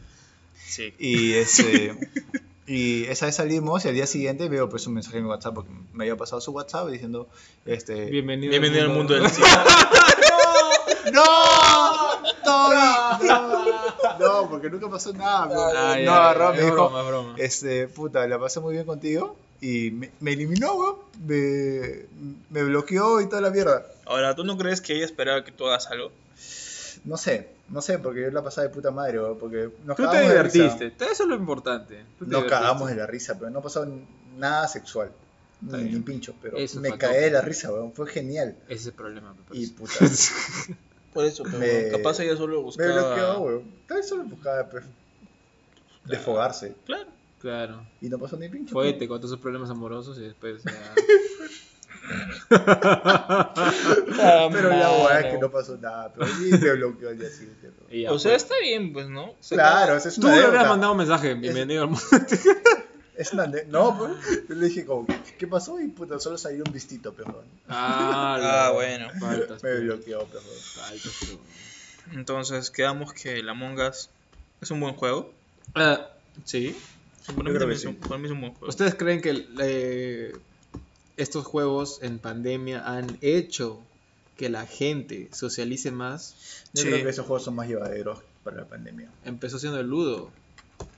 [SPEAKER 1] Sí.
[SPEAKER 4] Y ese. Y esa vez salimos y al día siguiente veo pues un mensaje en mi WhatsApp porque me había pasado su WhatsApp diciendo este
[SPEAKER 3] Bienvenido,
[SPEAKER 1] Bienvenido al mundo del cine.
[SPEAKER 4] ¡No! No, no, no, porque nunca pasó nada, bro.
[SPEAKER 3] Ah, ya,
[SPEAKER 4] no
[SPEAKER 3] ya,
[SPEAKER 4] agarró,
[SPEAKER 3] es
[SPEAKER 4] me dijo,
[SPEAKER 3] broma, es broma.
[SPEAKER 4] este, puta, la pasé muy bien contigo y me, me eliminó, weón. Me, me bloqueó y toda la mierda.
[SPEAKER 1] Ahora, ¿tú no crees que ella esperaba que tú hagas algo?
[SPEAKER 4] No sé, no sé, porque yo la pasaba de puta madre, weón, porque nos
[SPEAKER 3] Tú
[SPEAKER 4] cagamos
[SPEAKER 3] te
[SPEAKER 4] de risa.
[SPEAKER 3] divertiste. Eso es lo importante. Tú te
[SPEAKER 4] Nos
[SPEAKER 3] divertiste.
[SPEAKER 4] cagamos de la risa, pero no pasó nada sexual.
[SPEAKER 3] Está
[SPEAKER 4] Ni, ni
[SPEAKER 3] bien.
[SPEAKER 4] pincho, pero
[SPEAKER 3] Eso Pues,
[SPEAKER 4] me
[SPEAKER 3] faltó.
[SPEAKER 4] cagué de la risa, weón. Fue genial.
[SPEAKER 3] Ese es el problema, me
[SPEAKER 4] Y
[SPEAKER 3] parece.
[SPEAKER 4] puta.
[SPEAKER 1] Por eso, pero
[SPEAKER 4] Me-
[SPEAKER 1] capaz ella solo
[SPEAKER 4] me
[SPEAKER 1] buscaba...
[SPEAKER 4] bloqueó, weón. Tal vez solo buscaba pues, desfogarse.
[SPEAKER 1] Claro.
[SPEAKER 3] Claro.
[SPEAKER 4] Y no pasó ni pincho. pues.
[SPEAKER 3] Fue, te contó sus problemas amorosos y después. ya.
[SPEAKER 4] Pero la weá es que no pasó nada, pero sí me bloqueó al día siguiente. bro.
[SPEAKER 3] Y ya,
[SPEAKER 1] O sea,
[SPEAKER 3] pues.
[SPEAKER 1] está bien, pues, ¿no? O sea,
[SPEAKER 4] Claro, esa es
[SPEAKER 3] Tú
[SPEAKER 4] una
[SPEAKER 3] le
[SPEAKER 4] deuda.
[SPEAKER 3] hubieras mandado un mensaje. Bienvenido al mundo.
[SPEAKER 4] Es una de- No, pues. Yo le dije como, que, ¿qué pasó? Y puta, solo salió un vistito, perdón.
[SPEAKER 3] Ah,
[SPEAKER 1] Ah,
[SPEAKER 3] la-
[SPEAKER 1] bueno.
[SPEAKER 3] Faltas,
[SPEAKER 4] Me
[SPEAKER 3] pe.
[SPEAKER 4] bloqueó, pues, perdón.
[SPEAKER 3] Faltas, pe.
[SPEAKER 1] Entonces, quedamos que el Among Us es un buen juego.
[SPEAKER 3] Ah, sí.
[SPEAKER 1] Para mí,
[SPEAKER 4] Yo creo que
[SPEAKER 1] también es un,
[SPEAKER 4] sí.
[SPEAKER 1] para mí es un buen juego.
[SPEAKER 3] ¿Ustedes creen que eh, estos juegos en pandemia han hecho que la gente socialice más?
[SPEAKER 4] Yo
[SPEAKER 1] Sí.
[SPEAKER 4] creo que esos juegos son más llevaderos para la pandemia.
[SPEAKER 3] Empezó siendo el Ludo,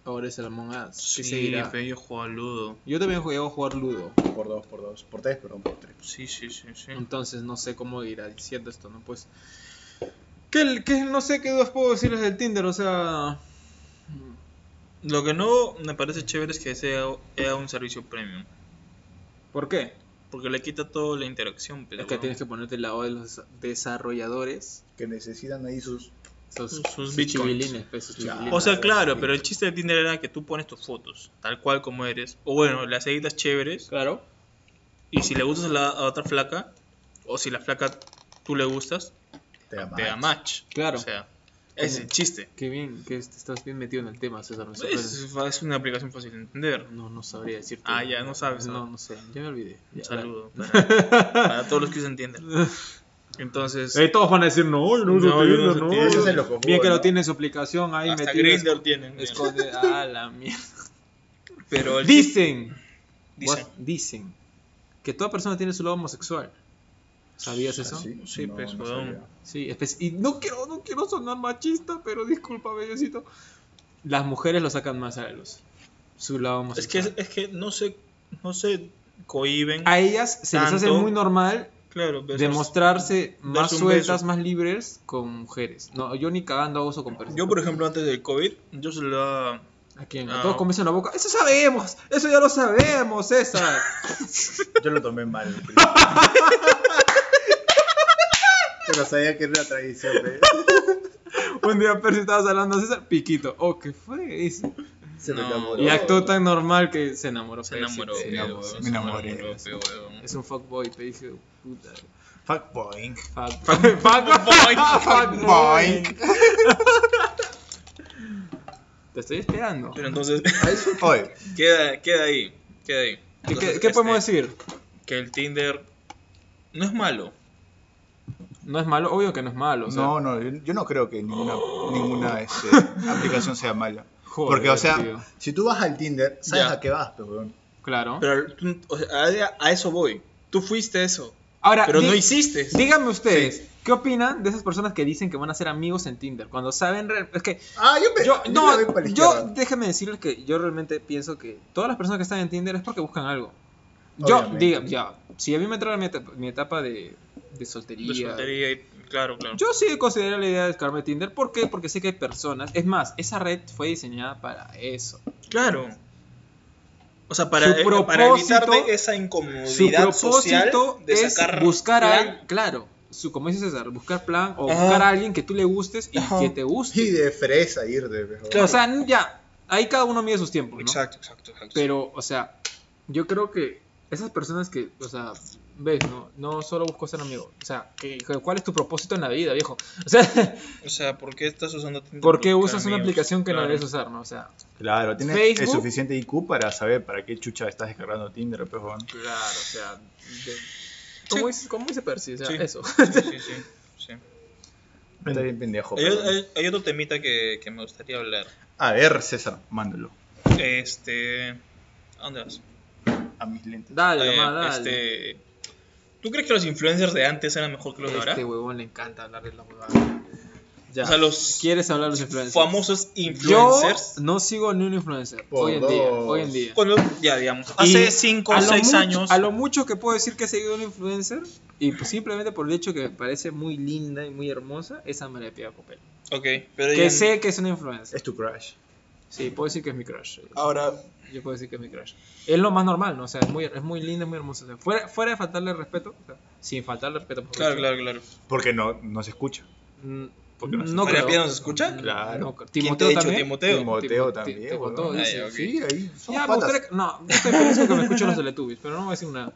[SPEAKER 3] ahora es el Among Us. y
[SPEAKER 1] Sí,
[SPEAKER 3] seguirá.
[SPEAKER 1] pero yo juego al Ludo.
[SPEAKER 3] Yo también jugué a jugar Ludo,
[SPEAKER 4] Por dos, por dos. Por tres, perdón, por tres.
[SPEAKER 1] Sí, sí, sí, sí.
[SPEAKER 3] entonces no sé cómo irá diciendo esto, ¿no? Pues. Que, que no sé qué dos puedo decirles del Tinder, o sea.
[SPEAKER 1] Lo que no me parece chévere es que sea, sea un servicio premium.
[SPEAKER 3] ¿Por qué?
[SPEAKER 1] Porque le quita toda la interacción. Pero
[SPEAKER 3] Es que
[SPEAKER 1] bueno.
[SPEAKER 3] tienes que ponerte el lado de los desarrolladores
[SPEAKER 4] Que necesitan ahí sus
[SPEAKER 3] Sus,
[SPEAKER 1] Sus
[SPEAKER 3] sus
[SPEAKER 1] bitcoins.
[SPEAKER 3] chivilines, pues, sus chivilines.
[SPEAKER 1] O sea, claro, pero el chiste de Tinder era que tú pones tus fotos, tal cual como eres. O bueno, las editas chéveres.
[SPEAKER 3] Claro.
[SPEAKER 1] Y si le gustas a la a otra flaca, o si la flaca tú le gustas,
[SPEAKER 4] Te da
[SPEAKER 1] te da match.
[SPEAKER 4] match.
[SPEAKER 3] Claro.
[SPEAKER 1] O sea, es el chiste.
[SPEAKER 3] Qué bien, que est- estás bien metido en el tema, César. me sorprende.
[SPEAKER 1] Es, es una aplicación fácil de entender.
[SPEAKER 3] No, no sabría decirte.
[SPEAKER 1] Pues, Ah, ya, no sabes,
[SPEAKER 3] No,
[SPEAKER 1] ¿no?
[SPEAKER 3] no sé, ya me olvidé.
[SPEAKER 1] Un
[SPEAKER 3] Ya, dale.
[SPEAKER 1] saludo para, para todos los que se entienden. Entonces,
[SPEAKER 3] Eh, todos van a decir, no, yo no, uso
[SPEAKER 1] No, yo no
[SPEAKER 3] Tinder,
[SPEAKER 1] uso
[SPEAKER 3] no.
[SPEAKER 1] Tinder.
[SPEAKER 4] Eso se lo
[SPEAKER 3] Bien
[SPEAKER 4] conjugo,
[SPEAKER 3] que lo
[SPEAKER 4] ¿no?
[SPEAKER 3] tiene en su aplicación ahí
[SPEAKER 1] hasta
[SPEAKER 3] metido.
[SPEAKER 1] Grindr tienen. mira.
[SPEAKER 3] esconde- ah, la mierda.
[SPEAKER 1] Pero el chiste-
[SPEAKER 3] Dicen,
[SPEAKER 1] dicen,
[SPEAKER 3] what- dicen que toda persona tiene su lado homosexual. ¿Sabías eso?
[SPEAKER 4] ¿Ah, sí?
[SPEAKER 1] Sí,
[SPEAKER 4] No,
[SPEAKER 1] pues,
[SPEAKER 4] no
[SPEAKER 1] weón.
[SPEAKER 4] sabía.
[SPEAKER 3] Sí, espe- y no quiero, no quiero sonar machista, pero discúlpame, Diosito. Las mujeres lo sacan más a la luz. Su lado
[SPEAKER 1] es que
[SPEAKER 3] homosexual.
[SPEAKER 1] es que no se no se cohiben.
[SPEAKER 3] a ellas se les hace
[SPEAKER 1] Tanto-
[SPEAKER 3] muy normal
[SPEAKER 1] Claro, pero eso es-
[SPEAKER 3] demostrarse más
[SPEAKER 1] un
[SPEAKER 3] sueltas,
[SPEAKER 1] beso.
[SPEAKER 3] más libres con mujeres. No, yo ni cagando hago eso con personas.
[SPEAKER 1] Yo, por ejemplo, antes del COVID, yo se lo daba
[SPEAKER 3] ¿A quién?
[SPEAKER 1] Ah.
[SPEAKER 3] ¿A todos con beso en la boca? ¡Eso sabemos! ¡Eso ya lo sabemos, César!
[SPEAKER 4] Yo lo tomé mal. Pero sabía que era una tradición. ¿eh?
[SPEAKER 3] Un día Percy estaba hablando a César, piquito. Oh, ¿qué fue? Dice.
[SPEAKER 4] Se
[SPEAKER 1] No.
[SPEAKER 4] me acabó.
[SPEAKER 3] Y actuó tan normal que se enamoró.
[SPEAKER 1] Oh. Se
[SPEAKER 3] Percy,
[SPEAKER 1] enamoró,
[SPEAKER 3] Pues sí.
[SPEAKER 1] pe, weón,
[SPEAKER 4] enamoró, me
[SPEAKER 1] se
[SPEAKER 4] enamoré.
[SPEAKER 1] enamoró, pe, weón.
[SPEAKER 3] Es un fuckboy, te dije, puta.
[SPEAKER 4] Fuckboy.
[SPEAKER 3] Fuck, fuckboy. Fuckboy. Te estoy esperando.
[SPEAKER 1] Pero entonces,
[SPEAKER 4] Oye,
[SPEAKER 1] queda, queda ahí. Queda ahí.
[SPEAKER 3] ¿Qué,
[SPEAKER 1] Entonces,
[SPEAKER 3] qué- qué
[SPEAKER 1] este,
[SPEAKER 3] podemos decir?
[SPEAKER 1] Que el Tinder no es malo.
[SPEAKER 3] No es malo, obvio que no es malo. o sea,
[SPEAKER 4] no, no, yo, yo no creo que ninguna, ninguna este, aplicación sea mala.
[SPEAKER 3] Joder,
[SPEAKER 4] Porque, o sea,
[SPEAKER 3] tío.
[SPEAKER 4] si tú vas al Tinder, sabes
[SPEAKER 1] Ya.
[SPEAKER 4] a qué vas, pero weón.
[SPEAKER 3] Claro.
[SPEAKER 1] Pero tú- o sea, a, a eso voy. Tú fuiste eso.
[SPEAKER 3] Ahora,
[SPEAKER 1] Pero
[SPEAKER 3] di-
[SPEAKER 1] no hiciste.
[SPEAKER 3] Díganme ustedes, ¿qué opinan de esas personas que dicen que van a ser amigos en Tinder? Cuando saben. real- Es que.
[SPEAKER 4] Ah, yo me.
[SPEAKER 3] Yo,
[SPEAKER 4] yo
[SPEAKER 3] no,
[SPEAKER 4] me voy para la
[SPEAKER 3] yo,
[SPEAKER 4] izquierda.
[SPEAKER 3] déjenme decirles que yo realmente pienso que todas las personas que están en Tinder es porque buscan algo. Yo,
[SPEAKER 4] Obviamente.
[SPEAKER 3] diga, ya, si a mí me entraba mi etapa, mi etapa de, de soltería.
[SPEAKER 1] De soltería y- claro, claro.
[SPEAKER 3] Yo sí considero la idea de descargarme Tinder. ¿Por qué? Porque sé que hay personas. Es más, esa red fue diseñada para eso.
[SPEAKER 1] Claro. O sea, para,
[SPEAKER 3] Su
[SPEAKER 1] eh, para
[SPEAKER 3] propósito-
[SPEAKER 1] evitarte esa
[SPEAKER 3] Su
[SPEAKER 1] incomodidad social
[SPEAKER 3] propósito
[SPEAKER 1] de
[SPEAKER 3] es
[SPEAKER 1] sacar
[SPEAKER 3] buscar a
[SPEAKER 1] plan.
[SPEAKER 3] alguien. Claro, su, como dice César, buscar plan o
[SPEAKER 1] Ajá.
[SPEAKER 3] buscar a alguien que tú le gustes y
[SPEAKER 1] Ajá.
[SPEAKER 3] que te guste.
[SPEAKER 4] Y de fresa irte, pero.
[SPEAKER 3] O sea, n- ya, ahí cada uno mide sus tiempos, ¿no?
[SPEAKER 1] Exacto, exacto, exacto.
[SPEAKER 3] Pero, o sea, yo creo que esas personas que, o sea, ves, ¿no? No solo busco ser amigo. O sea, que- que- ¿cuál es tu propósito en la vida, viejo? O sea,
[SPEAKER 1] o sea, ¿por qué estás usando Tinder
[SPEAKER 3] ¿por qué
[SPEAKER 1] para
[SPEAKER 3] usas una
[SPEAKER 1] amigos?
[SPEAKER 3] aplicación que no
[SPEAKER 1] Claro.
[SPEAKER 3] debes usar, no? O sea,
[SPEAKER 4] Claro, tienes el
[SPEAKER 3] Facebook.
[SPEAKER 4] suficiente IQ para saber para qué chucha estás descargando Tinder, pues, weón.
[SPEAKER 3] claro, o sea, de- ¿cómo, dice, ¿cómo dice Percy? O sea,
[SPEAKER 1] Sí.
[SPEAKER 3] eso.
[SPEAKER 1] Sí, sí, sí, sí.
[SPEAKER 4] Está bien pendejo.
[SPEAKER 1] Hay,
[SPEAKER 4] pero-
[SPEAKER 1] hay- hay otro temita que, que me gustaría hablar.
[SPEAKER 4] A ver, César, mándalo.
[SPEAKER 1] Este. ¿A dónde vas?
[SPEAKER 4] A mis lentes.
[SPEAKER 3] Dale,
[SPEAKER 1] Eh,
[SPEAKER 3] nomás, dale.
[SPEAKER 1] Este. ¿Tú crees que los influencers de antes eran mejor que los de ahora?
[SPEAKER 3] Este huevón le encanta hablar de la huevada. Ya.
[SPEAKER 1] O sea, los
[SPEAKER 3] ¿Quieres hablar de los influencers?
[SPEAKER 1] Famosos
[SPEAKER 3] Yo
[SPEAKER 1] influencers.
[SPEAKER 3] no sigo ni un influencer.
[SPEAKER 4] Por
[SPEAKER 3] hoy en día,
[SPEAKER 4] dos.
[SPEAKER 3] hoy en día.
[SPEAKER 1] Cuando, ya, digamos,
[SPEAKER 3] Y
[SPEAKER 1] hace 5
[SPEAKER 3] a
[SPEAKER 1] o
[SPEAKER 3] lo
[SPEAKER 1] 6
[SPEAKER 3] mucho-
[SPEAKER 1] años.
[SPEAKER 3] A lo mucho que puedo decir que he seguido un influencer, y pues simplemente por el hecho que me parece muy linda y muy hermosa, esa María Piedad Copel.
[SPEAKER 1] Ok, pero
[SPEAKER 3] Que
[SPEAKER 1] ya-
[SPEAKER 3] sé que es una influencer.
[SPEAKER 4] Es tu crush.
[SPEAKER 3] Sí, puedo decir que es mi crush.
[SPEAKER 1] Ahora,
[SPEAKER 3] Yo puedo decir que es mi crush. Es lo más normal, ¿no? O sea, es muy, es muy linda, es muy hermosa. O sea, fuera, fuera de faltarle respeto, o sea, sin faltarle respeto. mejor
[SPEAKER 1] claro,
[SPEAKER 3] dicho,
[SPEAKER 1] claro, claro.
[SPEAKER 4] Porque no, no se escucha.
[SPEAKER 3] mm,
[SPEAKER 4] Porque no se-
[SPEAKER 3] no Mm,
[SPEAKER 1] ¿María
[SPEAKER 3] creo.
[SPEAKER 1] Piedad nos escucha?
[SPEAKER 3] No,
[SPEAKER 4] Claro.
[SPEAKER 3] no
[SPEAKER 1] ¿Quién
[SPEAKER 3] creo.
[SPEAKER 1] te
[SPEAKER 3] Timoteo
[SPEAKER 1] ha dicho
[SPEAKER 3] también.
[SPEAKER 1] Timoteo?
[SPEAKER 4] Timoteo
[SPEAKER 3] Timoteo
[SPEAKER 4] también,
[SPEAKER 3] te contó,
[SPEAKER 4] weón.
[SPEAKER 1] dice.
[SPEAKER 4] Ay,
[SPEAKER 1] ok.
[SPEAKER 4] Sí, ahí son
[SPEAKER 3] Ya, me
[SPEAKER 4] patas.
[SPEAKER 3] gustaría que- No, este yo estoy feliz con que me escuchen los Teletubbies, pero no voy a decir nada.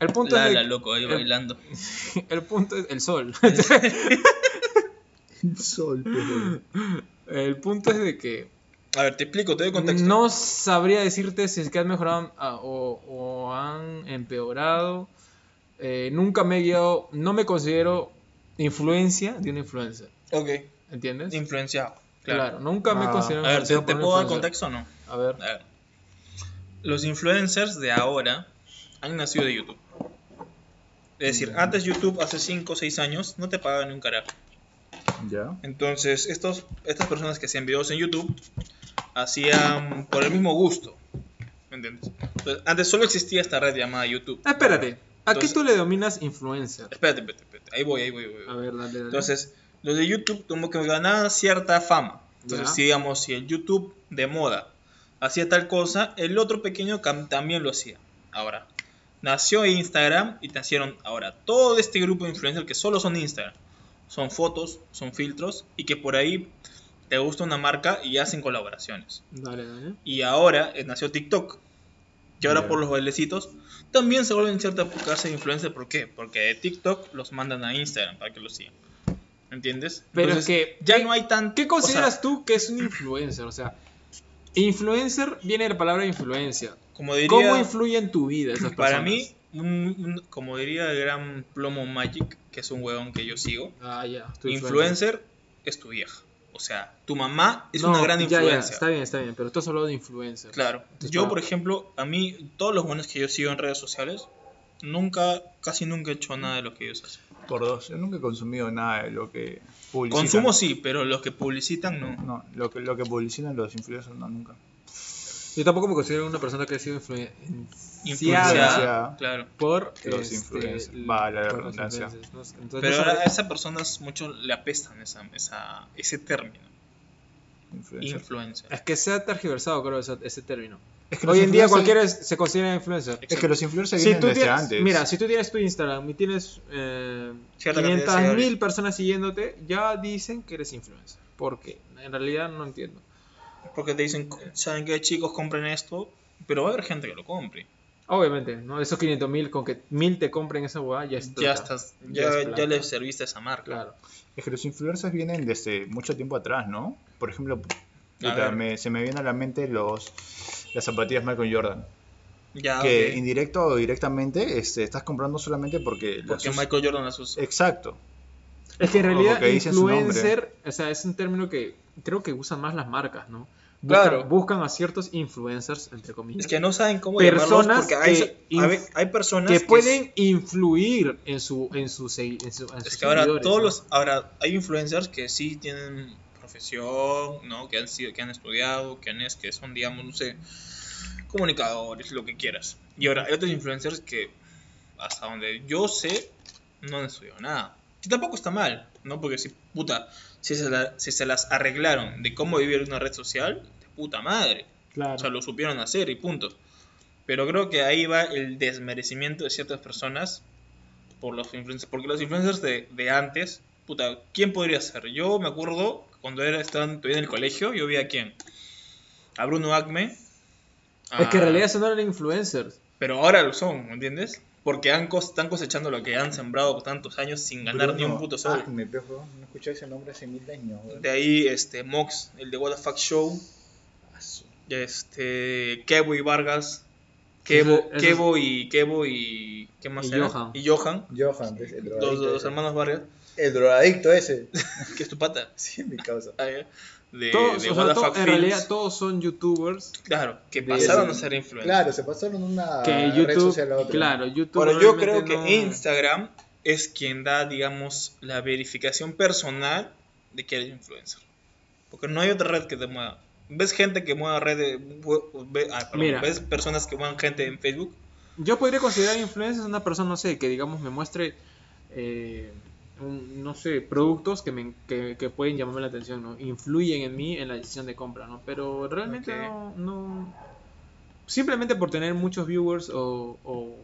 [SPEAKER 3] El punto,
[SPEAKER 1] Lala,
[SPEAKER 3] es de-
[SPEAKER 1] loco, ahí
[SPEAKER 3] eh,
[SPEAKER 1] bailando.
[SPEAKER 3] el punto es el sol.
[SPEAKER 4] El sol, pero-
[SPEAKER 3] el punto es de que
[SPEAKER 1] A ver, te explico, te doy contexto.
[SPEAKER 3] no sabría decirte si es que han mejorado ah, o, o han empeorado. Eh, nunca me he guiado, no me considero influencia de una influencer,
[SPEAKER 1] Ok,
[SPEAKER 3] ¿entiendes?
[SPEAKER 1] influenciado.
[SPEAKER 3] claro.
[SPEAKER 1] Claro.
[SPEAKER 3] nunca me he
[SPEAKER 4] Ah,
[SPEAKER 3] considerado
[SPEAKER 1] A ver, ¿te,
[SPEAKER 3] influenciado
[SPEAKER 1] te
[SPEAKER 3] por un
[SPEAKER 1] puedo dar contexto
[SPEAKER 3] influencer.
[SPEAKER 1] o no?
[SPEAKER 3] A ver,
[SPEAKER 1] A ver. Los influencers de ahora han nacido de YouTube. Es decir,
[SPEAKER 3] Mm.
[SPEAKER 1] antes YouTube, hace 5 o 6 años, no te pagaban ni un carajo.
[SPEAKER 4] Ya.
[SPEAKER 1] Entonces, estos, estas personas que hacían videos en YouTube hacían por el mismo gusto. ¿Me entiendes? Entonces, antes solo existía esta red llamada YouTube.
[SPEAKER 3] Ah, espérate, ¿a qué
[SPEAKER 1] Entonces-
[SPEAKER 3] tú le dominas influencer?
[SPEAKER 1] Espérate, espérate, espérate. Ahí voy, ahí voy, voy.
[SPEAKER 3] A
[SPEAKER 1] voy.
[SPEAKER 3] ver, dale, dale.
[SPEAKER 1] Entonces, los de YouTube como que ganaban cierta fama. Entonces,
[SPEAKER 3] Ya.
[SPEAKER 1] si, digamos, si el YouTube de moda hacía tal cosa, el otro pequeño cam- también lo hacía. Ahora, nació Instagram y nacieron ahora todo este grupo de influencers que solo son Instagram. son fotos, son filtros y que por ahí te gusta una marca y hacen colaboraciones.
[SPEAKER 3] Dale, dale.
[SPEAKER 1] Y ahora eh, nació TikTok, que ahora
[SPEAKER 4] Ya.
[SPEAKER 1] por los bailecitos también se vuelven cierta clase de influencer. ¿Por qué? Porque de TikTok los mandan a Instagram para que los sigan. ¿Entiendes?
[SPEAKER 3] Pero
[SPEAKER 1] Entonces,
[SPEAKER 3] es que.
[SPEAKER 1] ya
[SPEAKER 3] ¿qué-
[SPEAKER 1] no hay tan...
[SPEAKER 3] ¿Qué consideras tú que es un influencer? O sea, influencer viene de la palabra influencia.
[SPEAKER 1] como diría,
[SPEAKER 3] ¿Cómo influye en tu vida esas personas?
[SPEAKER 1] para mí, un- un- como diría el gran plomo Magic, que es un huevón que yo sigo,
[SPEAKER 3] Ah, ya. tu
[SPEAKER 1] influencer es tu vieja. O sea, tu mamá es
[SPEAKER 3] No,
[SPEAKER 1] una gran
[SPEAKER 3] ya, ya,
[SPEAKER 1] influencia.
[SPEAKER 3] está bien, está bien, pero tú has hablado de influencer.
[SPEAKER 1] Claro.
[SPEAKER 3] Entonces,
[SPEAKER 1] yo,
[SPEAKER 3] para-
[SPEAKER 1] por ejemplo, a mí, todos los buenos que yo sigo en redes sociales, nunca, casi nunca he hecho nada de lo que ellos hacen.
[SPEAKER 4] Por dos. Yo nunca he consumido nada de lo que publicitan.
[SPEAKER 1] Consumo sí, pero los que publicitan no.
[SPEAKER 4] No, lo que, lo que publicitan los influencers no, nunca.
[SPEAKER 3] Yo tampoco me considero una persona que ha sido influen- influenciada
[SPEAKER 4] Influenciada.
[SPEAKER 3] ah.
[SPEAKER 1] Influenciada, claro.
[SPEAKER 3] por
[SPEAKER 4] Los
[SPEAKER 3] este,
[SPEAKER 4] influencers.
[SPEAKER 3] el-
[SPEAKER 4] Va, la
[SPEAKER 3] por los
[SPEAKER 4] redundancia.
[SPEAKER 3] influencers, ¿no? Entonces, no
[SPEAKER 1] Pero ahora
[SPEAKER 3] sabría-
[SPEAKER 1] a esas personas mucho le apestan esa, esa- ese término,
[SPEAKER 4] Influencer.
[SPEAKER 1] influencer.
[SPEAKER 3] es que se ha tergiversado, creo, ese, ese término.
[SPEAKER 4] Es que los
[SPEAKER 3] Hoy en día
[SPEAKER 4] influencers-
[SPEAKER 3] cualquiera es- se considera influencer.
[SPEAKER 4] Es que los influencers
[SPEAKER 3] Si
[SPEAKER 4] vienen
[SPEAKER 3] tú
[SPEAKER 4] desde
[SPEAKER 3] tienes-
[SPEAKER 4] antes.
[SPEAKER 3] Mira, si tú tienes tu Instagram y tienes eh,
[SPEAKER 1] Cierta cantidad de
[SPEAKER 3] 500 mil
[SPEAKER 1] seguidores.
[SPEAKER 3] personas siguiéndote, ya dicen que eres influencer. ¿Por qué? En realidad no entiendo.
[SPEAKER 1] Porque te dicen, ¿saben qué chicos compren esto? Pero va a haber gente que lo compre.
[SPEAKER 3] Obviamente, ¿no? Esos 500 mil, con que mil te compren esa hueá, ya está.
[SPEAKER 1] Ya estás,
[SPEAKER 3] Ya
[SPEAKER 1] ya,
[SPEAKER 3] es
[SPEAKER 1] ya,
[SPEAKER 3] plata.
[SPEAKER 1] le serviste a esa marca.
[SPEAKER 3] Claro.
[SPEAKER 4] Es que los influencers vienen desde mucho tiempo atrás, ¿no? Por ejemplo, puta,
[SPEAKER 1] ver.
[SPEAKER 4] me- se me vienen a la mente los las zapatillas Michael Jordan.
[SPEAKER 1] Ya,
[SPEAKER 4] que
[SPEAKER 1] Ah, ok.
[SPEAKER 4] indirecto o directamente este, estás comprando solamente porque... las
[SPEAKER 1] Porque
[SPEAKER 4] us-
[SPEAKER 1] Michael Jordan las
[SPEAKER 3] eh,
[SPEAKER 1] usa.
[SPEAKER 4] Exacto.
[SPEAKER 3] Es que en
[SPEAKER 4] O
[SPEAKER 3] realidad
[SPEAKER 4] que dice su nombre.
[SPEAKER 3] influencer, o sea, es un término que creo que usan más las marcas, ¿no? Buscan-
[SPEAKER 1] Claro.
[SPEAKER 3] Buscan a ciertos influencers, entre comillas,
[SPEAKER 1] Es que no saben cómo
[SPEAKER 3] Personas
[SPEAKER 1] llamarlos porque hay,
[SPEAKER 3] que
[SPEAKER 1] hay-
[SPEAKER 3] inf-
[SPEAKER 1] hay personas
[SPEAKER 3] que pueden influir en su en su segui- en su- en
[SPEAKER 1] es
[SPEAKER 3] sus
[SPEAKER 1] que ahora
[SPEAKER 3] seguidores,
[SPEAKER 1] todos
[SPEAKER 3] ¿no?
[SPEAKER 1] los ahora hay influencers que sí tienen profesión, ¿no? Que han sido que han estudiado, que han es que son digamos no sé comunicadores, lo que quieras. Y ahora hay otros influencers que hasta donde yo sé no han estudiado nada. Que tampoco está mal, ¿no? Porque si puta, si se, la- si se las arreglaron de cómo vivir una red social, de puta madre.
[SPEAKER 3] Claro.
[SPEAKER 1] O sea, lo supieron hacer y punto. Pero creo que ahí va el desmerecimiento de ciertas personas por los influencers. Porque los influencers de, de antes, puta, ¿quién podría ser? Yo me acuerdo cuando era, estaba todavía en el colegio, yo vi a quién. A Bruno Acme. a-
[SPEAKER 3] Es que en realidad eso no eran influencers.
[SPEAKER 1] Pero ahora lo son, ¿me entiendes? Porque han cos- están cosechando lo que han sembrado por tantos años sin ganar ni un
[SPEAKER 5] Ah,
[SPEAKER 1] puto
[SPEAKER 3] ah,
[SPEAKER 1] sol.
[SPEAKER 4] me pejo, no escuché ese nombre hace mil años.
[SPEAKER 1] De ahí, este, Mox, el de What the Fuck Show. Este, Kevo y Vargas.
[SPEAKER 3] Eso-
[SPEAKER 1] Kevo,
[SPEAKER 3] eso es-
[SPEAKER 1] Kevo y. Kevo y. ¿Qué más
[SPEAKER 3] y
[SPEAKER 1] era?
[SPEAKER 3] Johan.
[SPEAKER 1] Y Johan.
[SPEAKER 4] Johan, el
[SPEAKER 1] Los, los hermanos Vargas.
[SPEAKER 4] El drogadicto ese.
[SPEAKER 1] Que es tu pata.
[SPEAKER 4] Sí, mi causa.
[SPEAKER 1] Ah, ya. De,
[SPEAKER 3] Todos,
[SPEAKER 1] de
[SPEAKER 3] o sea,
[SPEAKER 1] What the
[SPEAKER 3] to-
[SPEAKER 1] Fuck
[SPEAKER 3] en
[SPEAKER 1] Films.
[SPEAKER 3] realidad todos son youtubers
[SPEAKER 1] Claro, que
[SPEAKER 3] de-
[SPEAKER 1] pasaron a ser influencers.
[SPEAKER 4] se pasaron una
[SPEAKER 3] que YouTube, claro, YouTube.
[SPEAKER 1] Ahora, yo creo
[SPEAKER 3] realmente
[SPEAKER 1] que
[SPEAKER 3] no-
[SPEAKER 1] Instagram es quien da, digamos, la verificación personal de que eres influencer. Porque no hay otra red que te mueva. ¿Ves gente que mueva redes? ve- ah, perdón,
[SPEAKER 3] Mira.
[SPEAKER 1] ¿Ves personas que muevan gente en Facebook?
[SPEAKER 3] Yo podría considerar influencer una persona, no sé, que digamos me muestre, eh, un- no sé, productos que, me, que, que pueden llamarme la atención, ¿no? Influyen en mí en la decisión de compra, ¿no? Pero realmente
[SPEAKER 1] Ok.
[SPEAKER 3] no, no- Simplemente por tener muchos viewers o, o,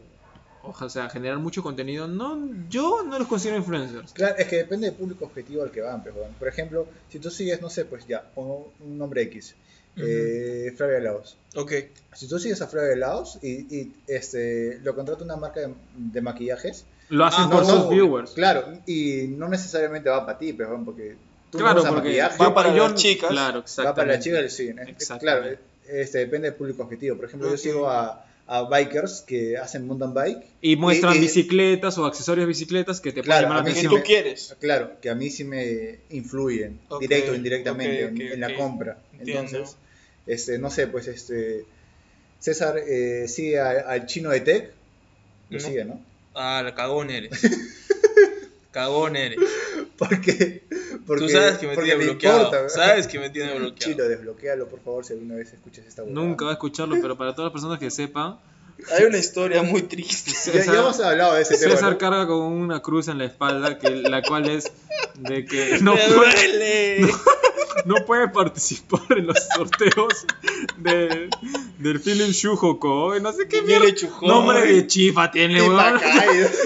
[SPEAKER 3] o sea, generar mucho contenido, no, yo no los considero influencers.
[SPEAKER 5] Claro, es que depende del público objetivo al que van, pues, weón. Por ejemplo, si tú sigues, no sé, pues ya, pongo un nombre X, eh, Flavia Laos.
[SPEAKER 1] Ok.
[SPEAKER 5] Si tú sigues a Flavia Laos y, y, este, lo contrata una marca de, de maquillajes,
[SPEAKER 3] Lo hacen
[SPEAKER 1] Ah,
[SPEAKER 3] por
[SPEAKER 1] no,
[SPEAKER 3] sus
[SPEAKER 1] no,
[SPEAKER 3] viewers.
[SPEAKER 5] claro, y no necesariamente va para ti, pues, weón, porque tú no
[SPEAKER 3] Claro,
[SPEAKER 5] usas
[SPEAKER 3] porque
[SPEAKER 5] maquillaje,
[SPEAKER 1] va para
[SPEAKER 3] yo-
[SPEAKER 1] las chicas,
[SPEAKER 3] Claro,
[SPEAKER 5] va para la chica del
[SPEAKER 3] exactamente.
[SPEAKER 5] cine. Es- es- Claro,
[SPEAKER 3] Exactamente.
[SPEAKER 5] este, depende del público objetivo. Por ejemplo,
[SPEAKER 1] Ok.
[SPEAKER 5] yo sigo a, a bikers que hacen mountain bike.
[SPEAKER 3] Y muestran
[SPEAKER 5] y-
[SPEAKER 3] bicicletas o accesorios de bicicletas que te pueden
[SPEAKER 5] Claro,
[SPEAKER 3] llamar la
[SPEAKER 5] a mí
[SPEAKER 1] Que
[SPEAKER 5] sí
[SPEAKER 3] atención.
[SPEAKER 1] tú
[SPEAKER 5] me-
[SPEAKER 1] quieres.
[SPEAKER 5] Claro, que a mí sí me influyen,
[SPEAKER 1] Ok,
[SPEAKER 5] directo o indirectamente,
[SPEAKER 1] ok,
[SPEAKER 5] en-
[SPEAKER 1] ok,
[SPEAKER 5] en,
[SPEAKER 1] ok.
[SPEAKER 5] la compra.
[SPEAKER 1] Entiendo.
[SPEAKER 5] Entonces, este, no sé, pues este. César eh, sigue a- al chino de Tech. Lo
[SPEAKER 1] No.
[SPEAKER 5] sigue, ¿no?
[SPEAKER 1] Ah, la cagón eres. cagón eres.
[SPEAKER 5] Porque. porque
[SPEAKER 1] Tú sabes que me
[SPEAKER 5] porque
[SPEAKER 1] tiene
[SPEAKER 5] me
[SPEAKER 1] bloqueado.
[SPEAKER 5] importa.
[SPEAKER 1] sabes que me tiene
[SPEAKER 5] Chino,
[SPEAKER 1] bloqueado.
[SPEAKER 5] desbloquealo, por favor, si alguna vez escuchas esta huevada.
[SPEAKER 3] Nunca va a escucharlo, pero para todas las personas que sepan,
[SPEAKER 1] Hay una historia muy triste.
[SPEAKER 5] Ya, ya
[SPEAKER 3] César,
[SPEAKER 5] hemos hablado de ese tema.
[SPEAKER 3] César
[SPEAKER 5] ¿no?
[SPEAKER 3] carga con una cruz en la espalda, que, la cual es de que no
[SPEAKER 1] ¡Me
[SPEAKER 3] puede,
[SPEAKER 1] duele!
[SPEAKER 3] no puede participar en los sorteos de, del film Shuhoko. No sé qué mierda.
[SPEAKER 1] Chujón.
[SPEAKER 3] Nombre de chifa tiene, weón.
[SPEAKER 4] Ipacayo.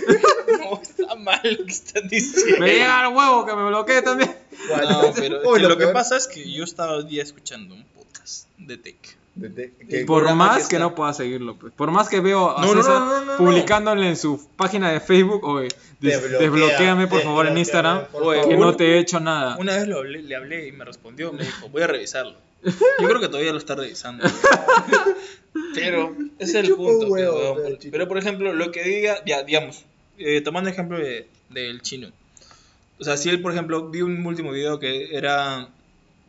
[SPEAKER 1] No, está mal lo que están diciendo.
[SPEAKER 3] Me llega el huevo que me bloquee también.
[SPEAKER 1] No, pero
[SPEAKER 4] Oye,
[SPEAKER 1] lo, que
[SPEAKER 4] peor
[SPEAKER 1] pasa es que yo estaba hoy día escuchando un podcast de tech.
[SPEAKER 4] de- de- que-
[SPEAKER 3] Y
[SPEAKER 4] que-
[SPEAKER 3] por
[SPEAKER 1] programa que
[SPEAKER 3] más
[SPEAKER 1] está-
[SPEAKER 3] que no pueda seguirlo, pues. por más que veo a
[SPEAKER 1] No, no,
[SPEAKER 3] César
[SPEAKER 1] no, no, no, no.
[SPEAKER 3] publicándole en su página de Facebook, oye, des-
[SPEAKER 4] Desbloquea,
[SPEAKER 3] desbloquéame por favor en
[SPEAKER 4] desbloquéame,
[SPEAKER 3] Instagram,
[SPEAKER 4] por
[SPEAKER 1] Oye,
[SPEAKER 3] que
[SPEAKER 4] favor.
[SPEAKER 3] no te he hecho nada.
[SPEAKER 1] Una vez lo hablé- le hablé y me respondió, me dijo, voy a revisarlo. Yo creo que todavía lo está revisando. pero ese es el
[SPEAKER 4] Chupa
[SPEAKER 1] punto.
[SPEAKER 4] un huevo,
[SPEAKER 1] pues, weón,
[SPEAKER 4] pero
[SPEAKER 1] por-
[SPEAKER 4] chito.
[SPEAKER 1] pero por ejemplo, lo que diga, ya, digamos, eh, tomando ejemplo de- del chino. O sea, si él, por ejemplo, vi un último video que era,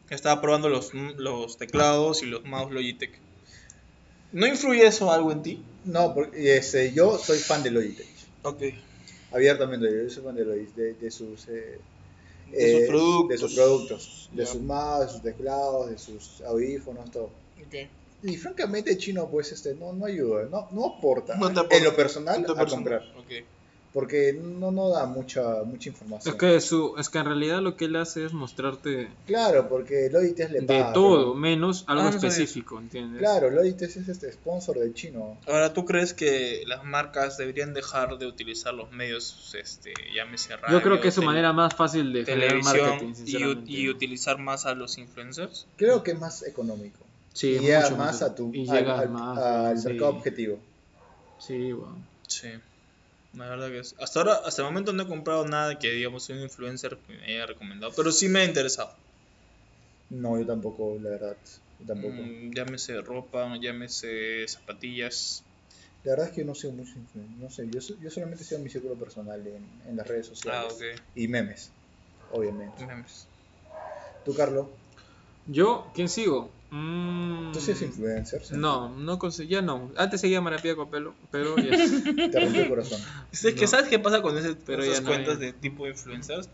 [SPEAKER 1] que estaba probando los, los teclados y los mouse Logitech. ¿No influye eso algo en ti?
[SPEAKER 4] No, porque este, yo soy fan de Logitech.
[SPEAKER 1] Ok.
[SPEAKER 4] Abiertamente, yo soy fan de Logitech, de, de sus... eh,
[SPEAKER 1] De sus
[SPEAKER 4] eh,
[SPEAKER 1] productos.
[SPEAKER 4] De sus productos. De
[SPEAKER 1] Ya.
[SPEAKER 4] sus mouse, de sus teclados, de sus audífonos, todo. Y francamente, chino, pues, este, no, no ayuda, no, no aporta,
[SPEAKER 1] No te aporta.
[SPEAKER 4] en lo personal
[SPEAKER 1] Punto
[SPEAKER 4] a
[SPEAKER 1] personal.
[SPEAKER 4] comprar.
[SPEAKER 1] Ok.
[SPEAKER 4] Porque no, no da mucha, mucha información.
[SPEAKER 3] Es que, su, es que en realidad lo que él hace es mostrarte
[SPEAKER 4] Claro, porque Logitech le paga.
[SPEAKER 3] de
[SPEAKER 4] pero-
[SPEAKER 3] todo, menos algo
[SPEAKER 1] Ah, no sabía.
[SPEAKER 3] específico, ¿entiendes?
[SPEAKER 4] Claro, Logitech es este sponsor del chino.
[SPEAKER 1] Ahora, ¿tú crees que las marcas deberían dejar de utilizar los medios, este, llámese radio,
[SPEAKER 3] Yo creo que es su
[SPEAKER 1] tele-
[SPEAKER 3] manera más fácil de generar marketing,
[SPEAKER 1] televisión y u-
[SPEAKER 3] sinceramente.
[SPEAKER 1] y, utilizar más a los influencers?
[SPEAKER 4] Creo que es más económico.
[SPEAKER 3] Sí,
[SPEAKER 4] y llega
[SPEAKER 3] mucho
[SPEAKER 4] más a tu
[SPEAKER 3] Y
[SPEAKER 4] al,
[SPEAKER 3] llegas
[SPEAKER 4] al-
[SPEAKER 3] más.
[SPEAKER 4] al
[SPEAKER 3] sí.
[SPEAKER 4] mercado objetivo.
[SPEAKER 3] Sí, weón.
[SPEAKER 1] Sí. La verdad que sí. Hasta ahora, hasta el momento no he comprado nada que, digamos, un influencer me haya recomendado, pero sí me ha interesado.
[SPEAKER 4] No, yo tampoco, la verdad. yo tampoco.
[SPEAKER 1] Mm, llámese ropa, llámese zapatillas.
[SPEAKER 4] La verdad es que yo no sigo mucho influen- No sé, yo, so- yo solamente sigo mi círculo personal en, en las redes
[SPEAKER 1] Ah,
[SPEAKER 4] sociales.
[SPEAKER 1] ok.
[SPEAKER 4] Y memes, obviamente.
[SPEAKER 1] Memes.
[SPEAKER 4] Tú, Carlos,
[SPEAKER 3] Yo, ¿quién sigo? Mm,
[SPEAKER 4] tú sí eres influencer. ¿sí?
[SPEAKER 3] No, no conseguí, ya no. Antes seguía a Marapía con pelo, pero ya.
[SPEAKER 4] Te rompí el corazón.
[SPEAKER 1] Es que,
[SPEAKER 3] No.
[SPEAKER 1] ¿Sabes qué pasa con ese-
[SPEAKER 3] Pero
[SPEAKER 1] esas
[SPEAKER 3] ya no,
[SPEAKER 1] cuentas
[SPEAKER 3] ya.
[SPEAKER 1] de tipo influencers?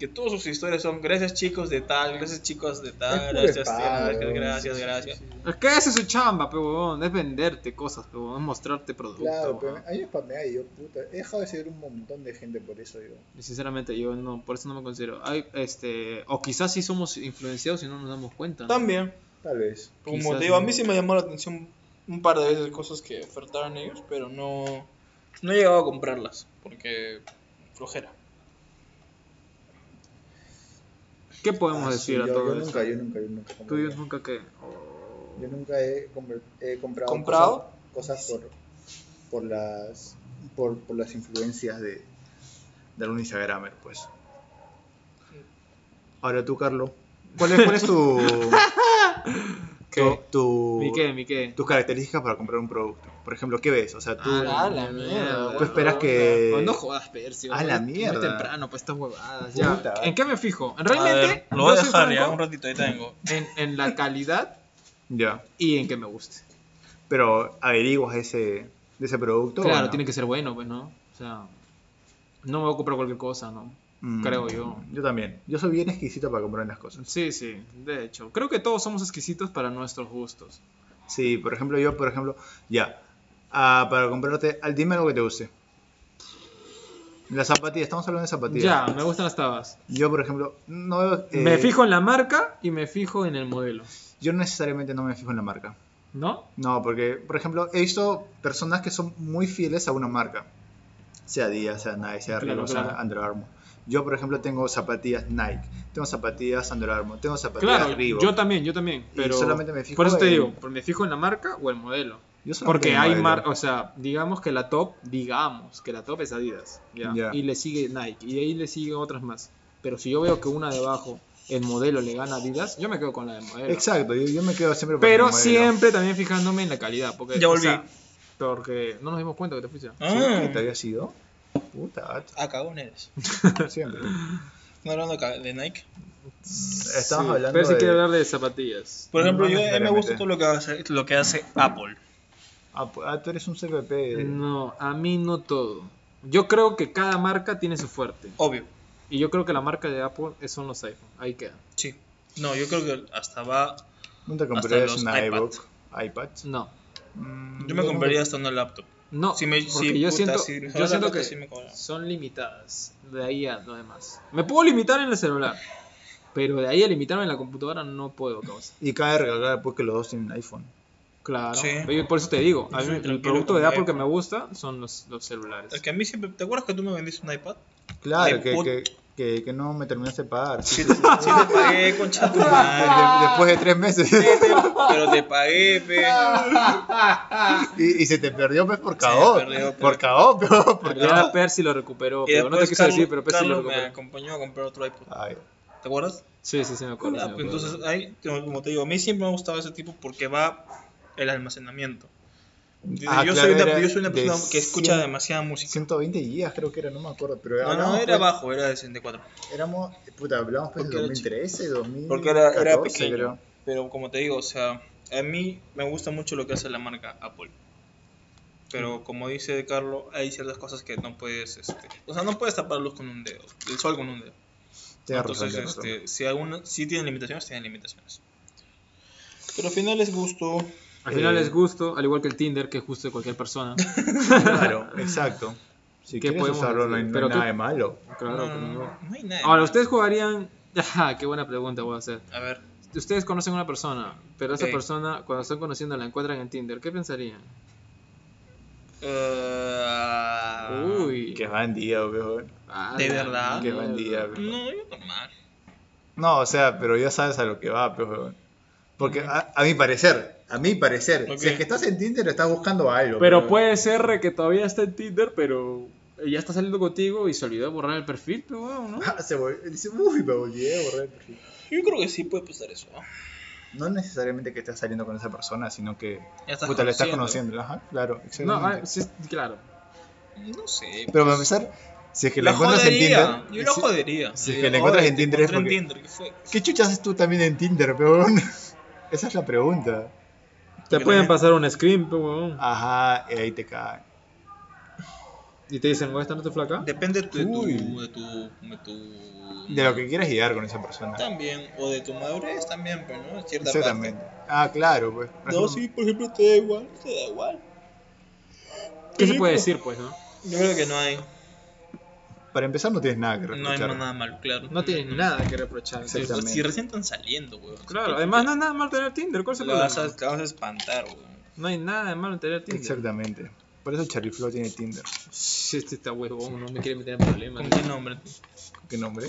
[SPEAKER 1] Que todas sus historias son gracias chicos de tal, gracias chicos de
[SPEAKER 4] Es
[SPEAKER 1] tal,
[SPEAKER 4] puro
[SPEAKER 1] Ah, gracias,
[SPEAKER 4] spam,
[SPEAKER 1] tía,
[SPEAKER 4] weón.
[SPEAKER 1] gracias,
[SPEAKER 4] Sí, sí,
[SPEAKER 1] gracias.
[SPEAKER 4] sí, sí.
[SPEAKER 3] es que esa es su chamba, pero weón. Es venderte cosas, pero weón, Es mostrarte productos.
[SPEAKER 4] Claro, pero
[SPEAKER 3] weón.
[SPEAKER 4] a mí me spamea y yo, puta, he dejado de seguir un montón de gente por eso, yo.
[SPEAKER 3] Y Sinceramente, yo no, por eso no me considero. Ay, este, o quizás sí somos influenciados y no nos damos cuenta. ¿no?
[SPEAKER 1] También,
[SPEAKER 4] Tal vez.
[SPEAKER 1] como
[SPEAKER 3] Quizás
[SPEAKER 1] te digo, a
[SPEAKER 3] no.
[SPEAKER 1] mí sí me llamó la atención un par de veces cosas que ofertaban ellos, pero no, no he llegado a comprarlas, porque flojera.
[SPEAKER 3] ¿Qué podemos
[SPEAKER 4] Ah, sí,
[SPEAKER 3] decir a
[SPEAKER 4] yo,
[SPEAKER 3] todo
[SPEAKER 4] yo
[SPEAKER 3] eso?
[SPEAKER 4] nunca, yo nunca, yo nunca.
[SPEAKER 3] Tú y
[SPEAKER 4] compré.
[SPEAKER 3] yo nunca que. oh,
[SPEAKER 4] Yo nunca he, compr- he comprado,
[SPEAKER 1] ¿Comprado?
[SPEAKER 4] cosas, cosas por, por las por, por las influencias de,
[SPEAKER 6] de algún Instagramer, pues. Ahora tú, Carlos. ¿Cuál es, cuál es tu, tu,
[SPEAKER 3] ¿Qué?
[SPEAKER 6] tu-
[SPEAKER 3] ¿Mi qué? ¿Mi qué?
[SPEAKER 6] tus características para comprar un producto? Por ejemplo, ¿qué ves? O sea, tú,
[SPEAKER 3] Ah,
[SPEAKER 1] la mierda.
[SPEAKER 6] tú esperas que...
[SPEAKER 3] Oh,
[SPEAKER 4] eh,
[SPEAKER 3] no jodas, Percio.
[SPEAKER 6] A la
[SPEAKER 3] Muy-
[SPEAKER 6] mierda.
[SPEAKER 3] Muy temprano, pues estas huevadas. Ya.
[SPEAKER 6] Puta.
[SPEAKER 3] ¿En qué me fijo? Realmente,
[SPEAKER 1] lo voy a
[SPEAKER 3] yo soy
[SPEAKER 1] dejar ya,
[SPEAKER 3] franco
[SPEAKER 1] un ratito, ahí tengo.
[SPEAKER 3] En, en la calidad
[SPEAKER 6] Ya,
[SPEAKER 3] y en que me guste.
[SPEAKER 6] pero averiguas ese, de ese producto.
[SPEAKER 3] Claro, tiene que ser bueno, pues, ¿no? O sea, no me voy a comprar cualquier cosa, ¿no?
[SPEAKER 4] Mm.
[SPEAKER 3] creo yo.
[SPEAKER 6] Mm. Yo también. Yo soy bien exquisito para comprar las cosas.
[SPEAKER 3] Sí, sí, de hecho. Creo que todos somos exquisitos para nuestros gustos.
[SPEAKER 6] Sí, por ejemplo, yo, por ejemplo, ya. Ah, para comprarte, al- dime algo que te guste. Las zapatillas, estamos hablando de zapatillas.
[SPEAKER 3] Ya, me gustan las tabas.
[SPEAKER 6] Yo, por ejemplo, no veo, eh,
[SPEAKER 3] Me fijo en la marca y me fijo en el modelo,
[SPEAKER 6] Yo necesariamente no me fijo en la marca.
[SPEAKER 3] ¿no?
[SPEAKER 6] No, porque, por ejemplo, he visto personas que son muy fieles a una marca. Sea Adidas, sea Nike, sea
[SPEAKER 3] Claro,
[SPEAKER 6] Reebok,
[SPEAKER 3] claro.
[SPEAKER 6] sea Under Armour. Yo, por ejemplo, tengo zapatillas Nike, tengo zapatillas Under Armour, tengo zapatillas
[SPEAKER 3] Claro,
[SPEAKER 6] Reebok.
[SPEAKER 3] yo también, yo también. Pero
[SPEAKER 6] solamente me fijo
[SPEAKER 3] por eso te
[SPEAKER 6] en-
[SPEAKER 3] digo, por- me fijo en la marca o el modelo.
[SPEAKER 6] Yo solamente
[SPEAKER 3] Porque
[SPEAKER 6] tengo
[SPEAKER 3] hay
[SPEAKER 6] modelo.
[SPEAKER 3] marcas, o sea, digamos que la top, digamos que la top es Adidas, ¿ya?
[SPEAKER 6] Ya.
[SPEAKER 3] y le sigue Nike, y de ahí le siguen otras más. Pero si yo veo que una de abajo, el modelo le gana a Adidas, yo me quedo con la de modelo.
[SPEAKER 6] Exacto, yo, yo me quedo siempre con
[SPEAKER 3] Pero
[SPEAKER 6] el modelo.
[SPEAKER 3] siempre también fijándome en la calidad, porque,
[SPEAKER 1] Ya
[SPEAKER 3] o
[SPEAKER 1] volví.
[SPEAKER 3] sea, porque no nos dimos cuenta que te fuiste.
[SPEAKER 1] Ah,
[SPEAKER 6] ¿Te había sido? Puta,
[SPEAKER 1] ah, cagón eres.
[SPEAKER 6] siempre.
[SPEAKER 1] No hablando acá de Nike.
[SPEAKER 6] Estamos hablando
[SPEAKER 3] Pero sí
[SPEAKER 6] de...
[SPEAKER 3] quiero hablar de zapatillas.
[SPEAKER 1] Por ejemplo,
[SPEAKER 6] No
[SPEAKER 1] yo a mí me gusta
[SPEAKER 6] necesariamente.
[SPEAKER 1] todo lo que hace, lo que hace Apple.
[SPEAKER 6] Ah, pu- ah, tú eres un CPP. de-
[SPEAKER 3] No, a mí no todo. Yo creo que cada marca tiene su fuerte.
[SPEAKER 1] Obvio.
[SPEAKER 3] Y yo creo que la marca de Apple es- son los iPhone. Ahí queda.
[SPEAKER 1] Sí. No, yo creo que hasta va.
[SPEAKER 6] ¿No te
[SPEAKER 1] los
[SPEAKER 6] comprarías una
[SPEAKER 1] iPad.
[SPEAKER 6] iBook? iPad.
[SPEAKER 3] No.
[SPEAKER 6] Mm,
[SPEAKER 1] Yo me compraría hasta una laptop.
[SPEAKER 3] No,
[SPEAKER 1] Si me-
[SPEAKER 3] porque
[SPEAKER 1] si,
[SPEAKER 3] yo
[SPEAKER 1] puta,
[SPEAKER 3] siento,
[SPEAKER 1] si me
[SPEAKER 3] yo
[SPEAKER 1] jodan
[SPEAKER 3] siento
[SPEAKER 1] la plata,
[SPEAKER 3] que
[SPEAKER 1] sí me cobran.
[SPEAKER 3] son limitadas. De ahí a lo demás. Me puedo limitar en el celular. Pero de ahí a limitarme en la computadora no puedo, causa.
[SPEAKER 4] Y cabe recalcar pues que los dos tienen iPhone.
[SPEAKER 3] Claro.
[SPEAKER 1] Sí.
[SPEAKER 3] Yo Por eso te digo, a
[SPEAKER 1] Yo
[SPEAKER 3] mí
[SPEAKER 1] soy
[SPEAKER 3] el
[SPEAKER 1] tranquilo
[SPEAKER 3] producto
[SPEAKER 1] con
[SPEAKER 3] de
[SPEAKER 1] mi
[SPEAKER 3] Apple que
[SPEAKER 1] iPhone.
[SPEAKER 3] me gusta son los, los celulares.
[SPEAKER 1] Es que a mí siempre. ¿Te acuerdas que tú me vendiste un iPad?
[SPEAKER 4] Claro,
[SPEAKER 1] Ay,
[SPEAKER 4] que,
[SPEAKER 1] put-
[SPEAKER 4] que, que, que no me terminaste de pagar.
[SPEAKER 1] Sí, te, Ah, sí te pagué, concha tu madre.
[SPEAKER 4] De- después de tres meses.
[SPEAKER 1] pe, Pero te pagué, pe.
[SPEAKER 4] y, y se te perdió pues por
[SPEAKER 1] Se me
[SPEAKER 4] caos.
[SPEAKER 1] perdió,
[SPEAKER 4] Por caos, pero por
[SPEAKER 3] Ya
[SPEAKER 4] caos.
[SPEAKER 3] Percy lo recuperó,
[SPEAKER 1] Y
[SPEAKER 3] pero no te
[SPEAKER 1] después
[SPEAKER 3] quise decir,
[SPEAKER 1] Carlos-
[SPEAKER 3] pero Percy lo
[SPEAKER 1] Carlos me
[SPEAKER 3] recuperó.
[SPEAKER 1] acompañó a comprar otro iPod.
[SPEAKER 4] Ay,
[SPEAKER 1] ¿Te acuerdas?
[SPEAKER 3] Sí, sí, sí, me acuerdo.
[SPEAKER 1] Ah,
[SPEAKER 3] sí me
[SPEAKER 1] pues
[SPEAKER 3] acuerdo.
[SPEAKER 1] entonces, ahí, como como te digo, a mí siempre me ha gustado ese tipo porque va el almacenamiento. Yo,
[SPEAKER 4] Ah,
[SPEAKER 1] yo
[SPEAKER 4] claro,
[SPEAKER 1] soy una,
[SPEAKER 4] era
[SPEAKER 1] yo soy una
[SPEAKER 4] de
[SPEAKER 1] persona que escucha
[SPEAKER 4] 100.
[SPEAKER 1] demasiada música.
[SPEAKER 4] 120 gigas creo que era, no me acuerdo. Pero
[SPEAKER 1] No, no,
[SPEAKER 4] hablamos,
[SPEAKER 1] era
[SPEAKER 4] pues,
[SPEAKER 1] bajo, era de 64.
[SPEAKER 4] Éramos, puta, hablamos pues de
[SPEAKER 1] Porque era
[SPEAKER 4] 2013, 2014,
[SPEAKER 1] Porque era, era pequeño.
[SPEAKER 4] creo.
[SPEAKER 1] Pero como te digo, o sea, a mí me gusta mucho lo que hace la marca Apple.
[SPEAKER 3] Mm.
[SPEAKER 1] Pero como dice Carlos, hay ciertas cosas que no puedes, este, o sea, no puedes taparlos con un dedo, el sol con un dedo.
[SPEAKER 4] Tienes razón,
[SPEAKER 1] Entonces,
[SPEAKER 4] tienes razón.
[SPEAKER 1] este, si, alguna, si tienen limitaciones, tienen limitaciones. Pero al final es gusto.
[SPEAKER 3] Al final
[SPEAKER 4] Eh,
[SPEAKER 3] es gusto, al igual que el Tinder, que es gusto de cualquier persona.
[SPEAKER 4] Claro, exacto. Si
[SPEAKER 3] ¿Qué
[SPEAKER 4] quieres
[SPEAKER 3] podemos
[SPEAKER 4] usarlo, no hay,
[SPEAKER 3] decir?
[SPEAKER 4] no
[SPEAKER 3] Pero
[SPEAKER 4] hay nada
[SPEAKER 3] qué-
[SPEAKER 4] de malo.
[SPEAKER 3] Claro,
[SPEAKER 1] no, no,
[SPEAKER 3] como-
[SPEAKER 1] no, Mm, no hay nada.
[SPEAKER 3] Ahora, ¿ustedes jugarían? Ajá, qué buena pregunta voy a hacer.
[SPEAKER 1] A ver,
[SPEAKER 3] Ustedes conocen a una persona, pero esa
[SPEAKER 1] Ok.
[SPEAKER 3] persona, cuando están conociendo, la encuentran en Tinder. ¿Qué pensarían?
[SPEAKER 1] eh,
[SPEAKER 3] Uy.
[SPEAKER 4] Qué bandida, weón.
[SPEAKER 3] ah,
[SPEAKER 1] ¿De
[SPEAKER 3] la
[SPEAKER 1] verdad?
[SPEAKER 3] mierda.
[SPEAKER 4] Qué bandida, weón.
[SPEAKER 1] No, yo normal.
[SPEAKER 4] No, o sea, pero ya sabes a lo que va, pues, weón. Porque a, a mi parecer, a mi parecer,
[SPEAKER 1] Ok.
[SPEAKER 4] si es que estás en Tinder, estás buscando algo.
[SPEAKER 3] Pero
[SPEAKER 4] weón.
[SPEAKER 3] puede ser re que todavía está en Tinder, pero ya está saliendo contigo y se olvidó de borrar el perfil, pero bueno, ¿no?
[SPEAKER 4] Ah, se volvió, dice, uy, me olvidé, borré el perfil".
[SPEAKER 1] Yo creo que sí puede pasar eso. ¿no?
[SPEAKER 4] No necesariamente que estés saliendo con esa persona, sino que
[SPEAKER 1] Ya estás
[SPEAKER 4] puta, la estás conociendo. Ajá, claro,
[SPEAKER 3] No,
[SPEAKER 4] exactamente.
[SPEAKER 3] ah, sí, claro.
[SPEAKER 1] No sé.
[SPEAKER 4] Pero para empezar, si es que la,
[SPEAKER 1] la
[SPEAKER 4] encuentras
[SPEAKER 1] jodería.
[SPEAKER 4] en
[SPEAKER 1] yo
[SPEAKER 4] Tinder.
[SPEAKER 1] la
[SPEAKER 4] si-
[SPEAKER 1] jodería.
[SPEAKER 4] Si es
[SPEAKER 1] Digo,
[SPEAKER 4] que la encuentras
[SPEAKER 1] "Oye,
[SPEAKER 4] en
[SPEAKER 1] te
[SPEAKER 4] Tinder es
[SPEAKER 1] encontré en
[SPEAKER 4] porque.
[SPEAKER 1] Tinder, ¿qué fue?
[SPEAKER 4] ¿Qué chuchas haces tú también en Tinder, weón? Esa es la pregunta.
[SPEAKER 3] Te
[SPEAKER 1] Porque
[SPEAKER 3] pueden
[SPEAKER 1] también-
[SPEAKER 3] pasar un screen, pues, weón.
[SPEAKER 4] Ajá, y ahí te cae.
[SPEAKER 3] Y te dicen, ¿esta no te flaca?
[SPEAKER 1] Depende de tu, de tu,
[SPEAKER 4] Uy.
[SPEAKER 1] de tu, de tu-
[SPEAKER 4] De lo que quieras llegar con esa persona.
[SPEAKER 1] También, o de tu madurez también, pero no, En cierta
[SPEAKER 4] Exactamente. Ah, claro, pues. Por
[SPEAKER 1] parte. No,
[SPEAKER 4] ejemplo,
[SPEAKER 1] sí, por ejemplo, te da igual, te da igual.
[SPEAKER 3] ¿Qué se puede decir, pues, no?
[SPEAKER 1] Yo creo que no hay,
[SPEAKER 4] Para empezar, no tienes nada que
[SPEAKER 1] no hay
[SPEAKER 4] reprochar.
[SPEAKER 1] nada malo, claro. Pues,
[SPEAKER 3] No tienes nada que reprochar.
[SPEAKER 1] Si,
[SPEAKER 4] Exactamente.
[SPEAKER 1] si recién están saliendo, weón.
[SPEAKER 3] Claro, además no es nada malo tener Tinder, ¿cuál es el
[SPEAKER 1] Lo vas a,
[SPEAKER 3] problema?
[SPEAKER 1] te vas a espantar, weón.
[SPEAKER 3] No hay nada de malo en tener Tinder.
[SPEAKER 4] Exactamente. Por eso Charlie Flow tiene Tinder.
[SPEAKER 3] Shh, Este está huevón, no me quiere meter en problemas.
[SPEAKER 1] ¿Con qué nombre?
[SPEAKER 4] ¿Qué nombre?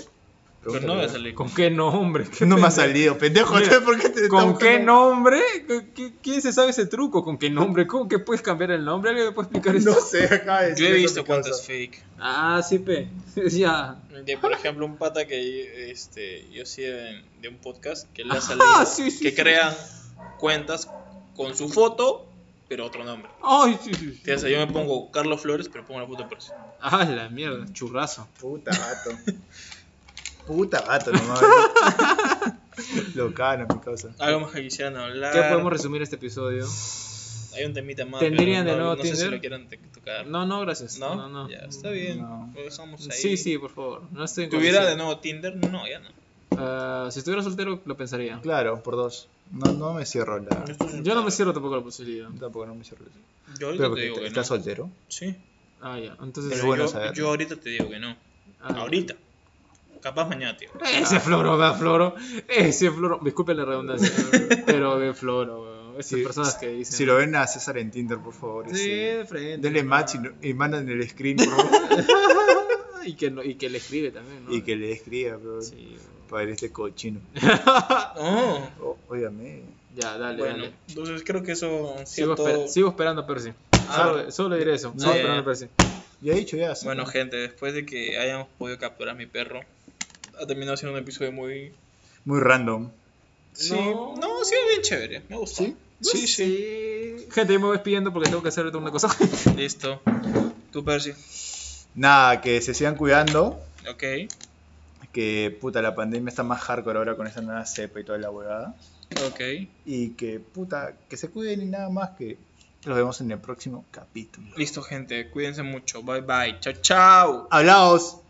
[SPEAKER 1] Pero no voy a salir
[SPEAKER 3] ¿Con qué nombre?
[SPEAKER 4] Que no me ha salido, pendejo.
[SPEAKER 3] Mira,
[SPEAKER 4] ¿Por qué te
[SPEAKER 3] ¿Con
[SPEAKER 4] estamos-
[SPEAKER 3] qué nombre? ¿Qué- qué- ¿Quién se sabe ese truco? ¿Con qué nombre? ¿Cómo que puedes cambiar el nombre? ¿Alguien me puede explicar eso?
[SPEAKER 4] No sé, acá de
[SPEAKER 1] Yo
[SPEAKER 4] decir
[SPEAKER 1] he
[SPEAKER 4] eso
[SPEAKER 1] visto
[SPEAKER 4] mi causa.
[SPEAKER 1] cuentas fake.
[SPEAKER 3] Ah, sí, pe. ya.
[SPEAKER 1] De, por ejemplo, un pata que este, yo sí de, de un podcast que le ha
[SPEAKER 3] Ah,
[SPEAKER 1] salido
[SPEAKER 3] sí, sí,
[SPEAKER 1] que
[SPEAKER 3] sí.
[SPEAKER 1] crean cuentas con su foto, pero otro nombre.
[SPEAKER 3] Ay, sí, sí. sí.
[SPEAKER 1] Ya sea, yo me pongo Carlos Flores, pero pongo la foto de Percy.
[SPEAKER 3] Ah, la mierda, churrazo.
[SPEAKER 4] Puta gato. Puta gato nomás. Locano, mi causa.
[SPEAKER 1] Algo más que quisieran hablar.
[SPEAKER 3] ¿Qué podemos resumir este episodio?
[SPEAKER 1] Hay un temita más.
[SPEAKER 3] ¿Tendrían
[SPEAKER 1] pero
[SPEAKER 3] de
[SPEAKER 1] no-
[SPEAKER 3] nuevo
[SPEAKER 1] No sé si
[SPEAKER 3] Tinder?
[SPEAKER 1] lo quieran te- tocar.
[SPEAKER 3] No, no, gracias.
[SPEAKER 1] ¿No?
[SPEAKER 3] No, no.
[SPEAKER 1] Ya, está bien.
[SPEAKER 4] No.
[SPEAKER 1] Lo dejamos ahí.
[SPEAKER 3] Sí, sí, por favor. No estoy en
[SPEAKER 1] ¿Tuviera de
[SPEAKER 3] condiciones.
[SPEAKER 1] nuevo Tinder? No, ya no.
[SPEAKER 3] Ah, si estuviera soltero, lo pensaría.
[SPEAKER 4] Claro, por dos. No, no me cierro la.
[SPEAKER 3] Yo no me cierro tampoco la posibilidad.
[SPEAKER 4] Tampoco no me cierro la.
[SPEAKER 1] Yo ahorita
[SPEAKER 4] Pero
[SPEAKER 1] te
[SPEAKER 4] que
[SPEAKER 1] digo
[SPEAKER 4] te-
[SPEAKER 1] que
[SPEAKER 4] estás
[SPEAKER 1] no.
[SPEAKER 4] soltero.
[SPEAKER 1] Sí.
[SPEAKER 3] Ah, ya. Entonces,
[SPEAKER 1] Pero
[SPEAKER 4] bueno
[SPEAKER 1] yo,
[SPEAKER 4] saberlo.
[SPEAKER 1] yo ahorita te digo que no.
[SPEAKER 3] ah,
[SPEAKER 1] Ahorita. Capaz mañana, tío.
[SPEAKER 4] Ah.
[SPEAKER 3] Ese floro, va, floro. Ese floro. Disculpen la redundancia, pero de floro, weón. Esas
[SPEAKER 4] Sí,
[SPEAKER 3] personas que dicen.
[SPEAKER 4] Si lo ven a César en Tinder, por favor.
[SPEAKER 3] Sí,
[SPEAKER 4] ese-
[SPEAKER 3] de frente.
[SPEAKER 4] Denle match y, no- y mandan el screen por favor,
[SPEAKER 3] Y que, no- y que le escribe también, ¿no?
[SPEAKER 4] y que le escriba, pero
[SPEAKER 3] Sí, weón.
[SPEAKER 4] para este cochino.
[SPEAKER 3] Ah.
[SPEAKER 1] Oh.
[SPEAKER 4] Oh, óigame.
[SPEAKER 3] Ya, dale,
[SPEAKER 1] Bueno,
[SPEAKER 3] dale.
[SPEAKER 1] entonces creo que eso ha sido
[SPEAKER 3] Sigo, esper-
[SPEAKER 1] todo.
[SPEAKER 3] sigo esperando a Percy.
[SPEAKER 4] Ah.
[SPEAKER 3] Solo, solo diré eso. Sigo
[SPEAKER 1] ya,
[SPEAKER 3] esperando
[SPEAKER 1] ya.
[SPEAKER 3] a Percy.
[SPEAKER 4] Ya dicho, ya. sí.
[SPEAKER 1] Bueno, gente, después de que hayamos podido capturar a mi perro, ha terminado siendo un episodio muy.
[SPEAKER 4] Muy random.
[SPEAKER 1] Sí, no, ha sido bien chévere, me gusta.
[SPEAKER 4] ¿Sí?
[SPEAKER 3] Pues
[SPEAKER 1] sí, sí.
[SPEAKER 3] Gente, yo me voy despidiendo porque tengo que hacer ahorita una cosa.
[SPEAKER 1] Listo. Tú, Percy.
[SPEAKER 4] Nada, que se sigan cuidando.
[SPEAKER 1] Ok.
[SPEAKER 4] Que puta, la pandemia está más hardcore ahora con esa nueva cepa y toda la huevada.
[SPEAKER 1] Ok.
[SPEAKER 4] Y que puta, que se cuiden y nada más que los vemos en el próximo capítulo.
[SPEAKER 1] Listo, gente. Cuídense mucho. Bye bye. Chao, chao.
[SPEAKER 4] Hablaos.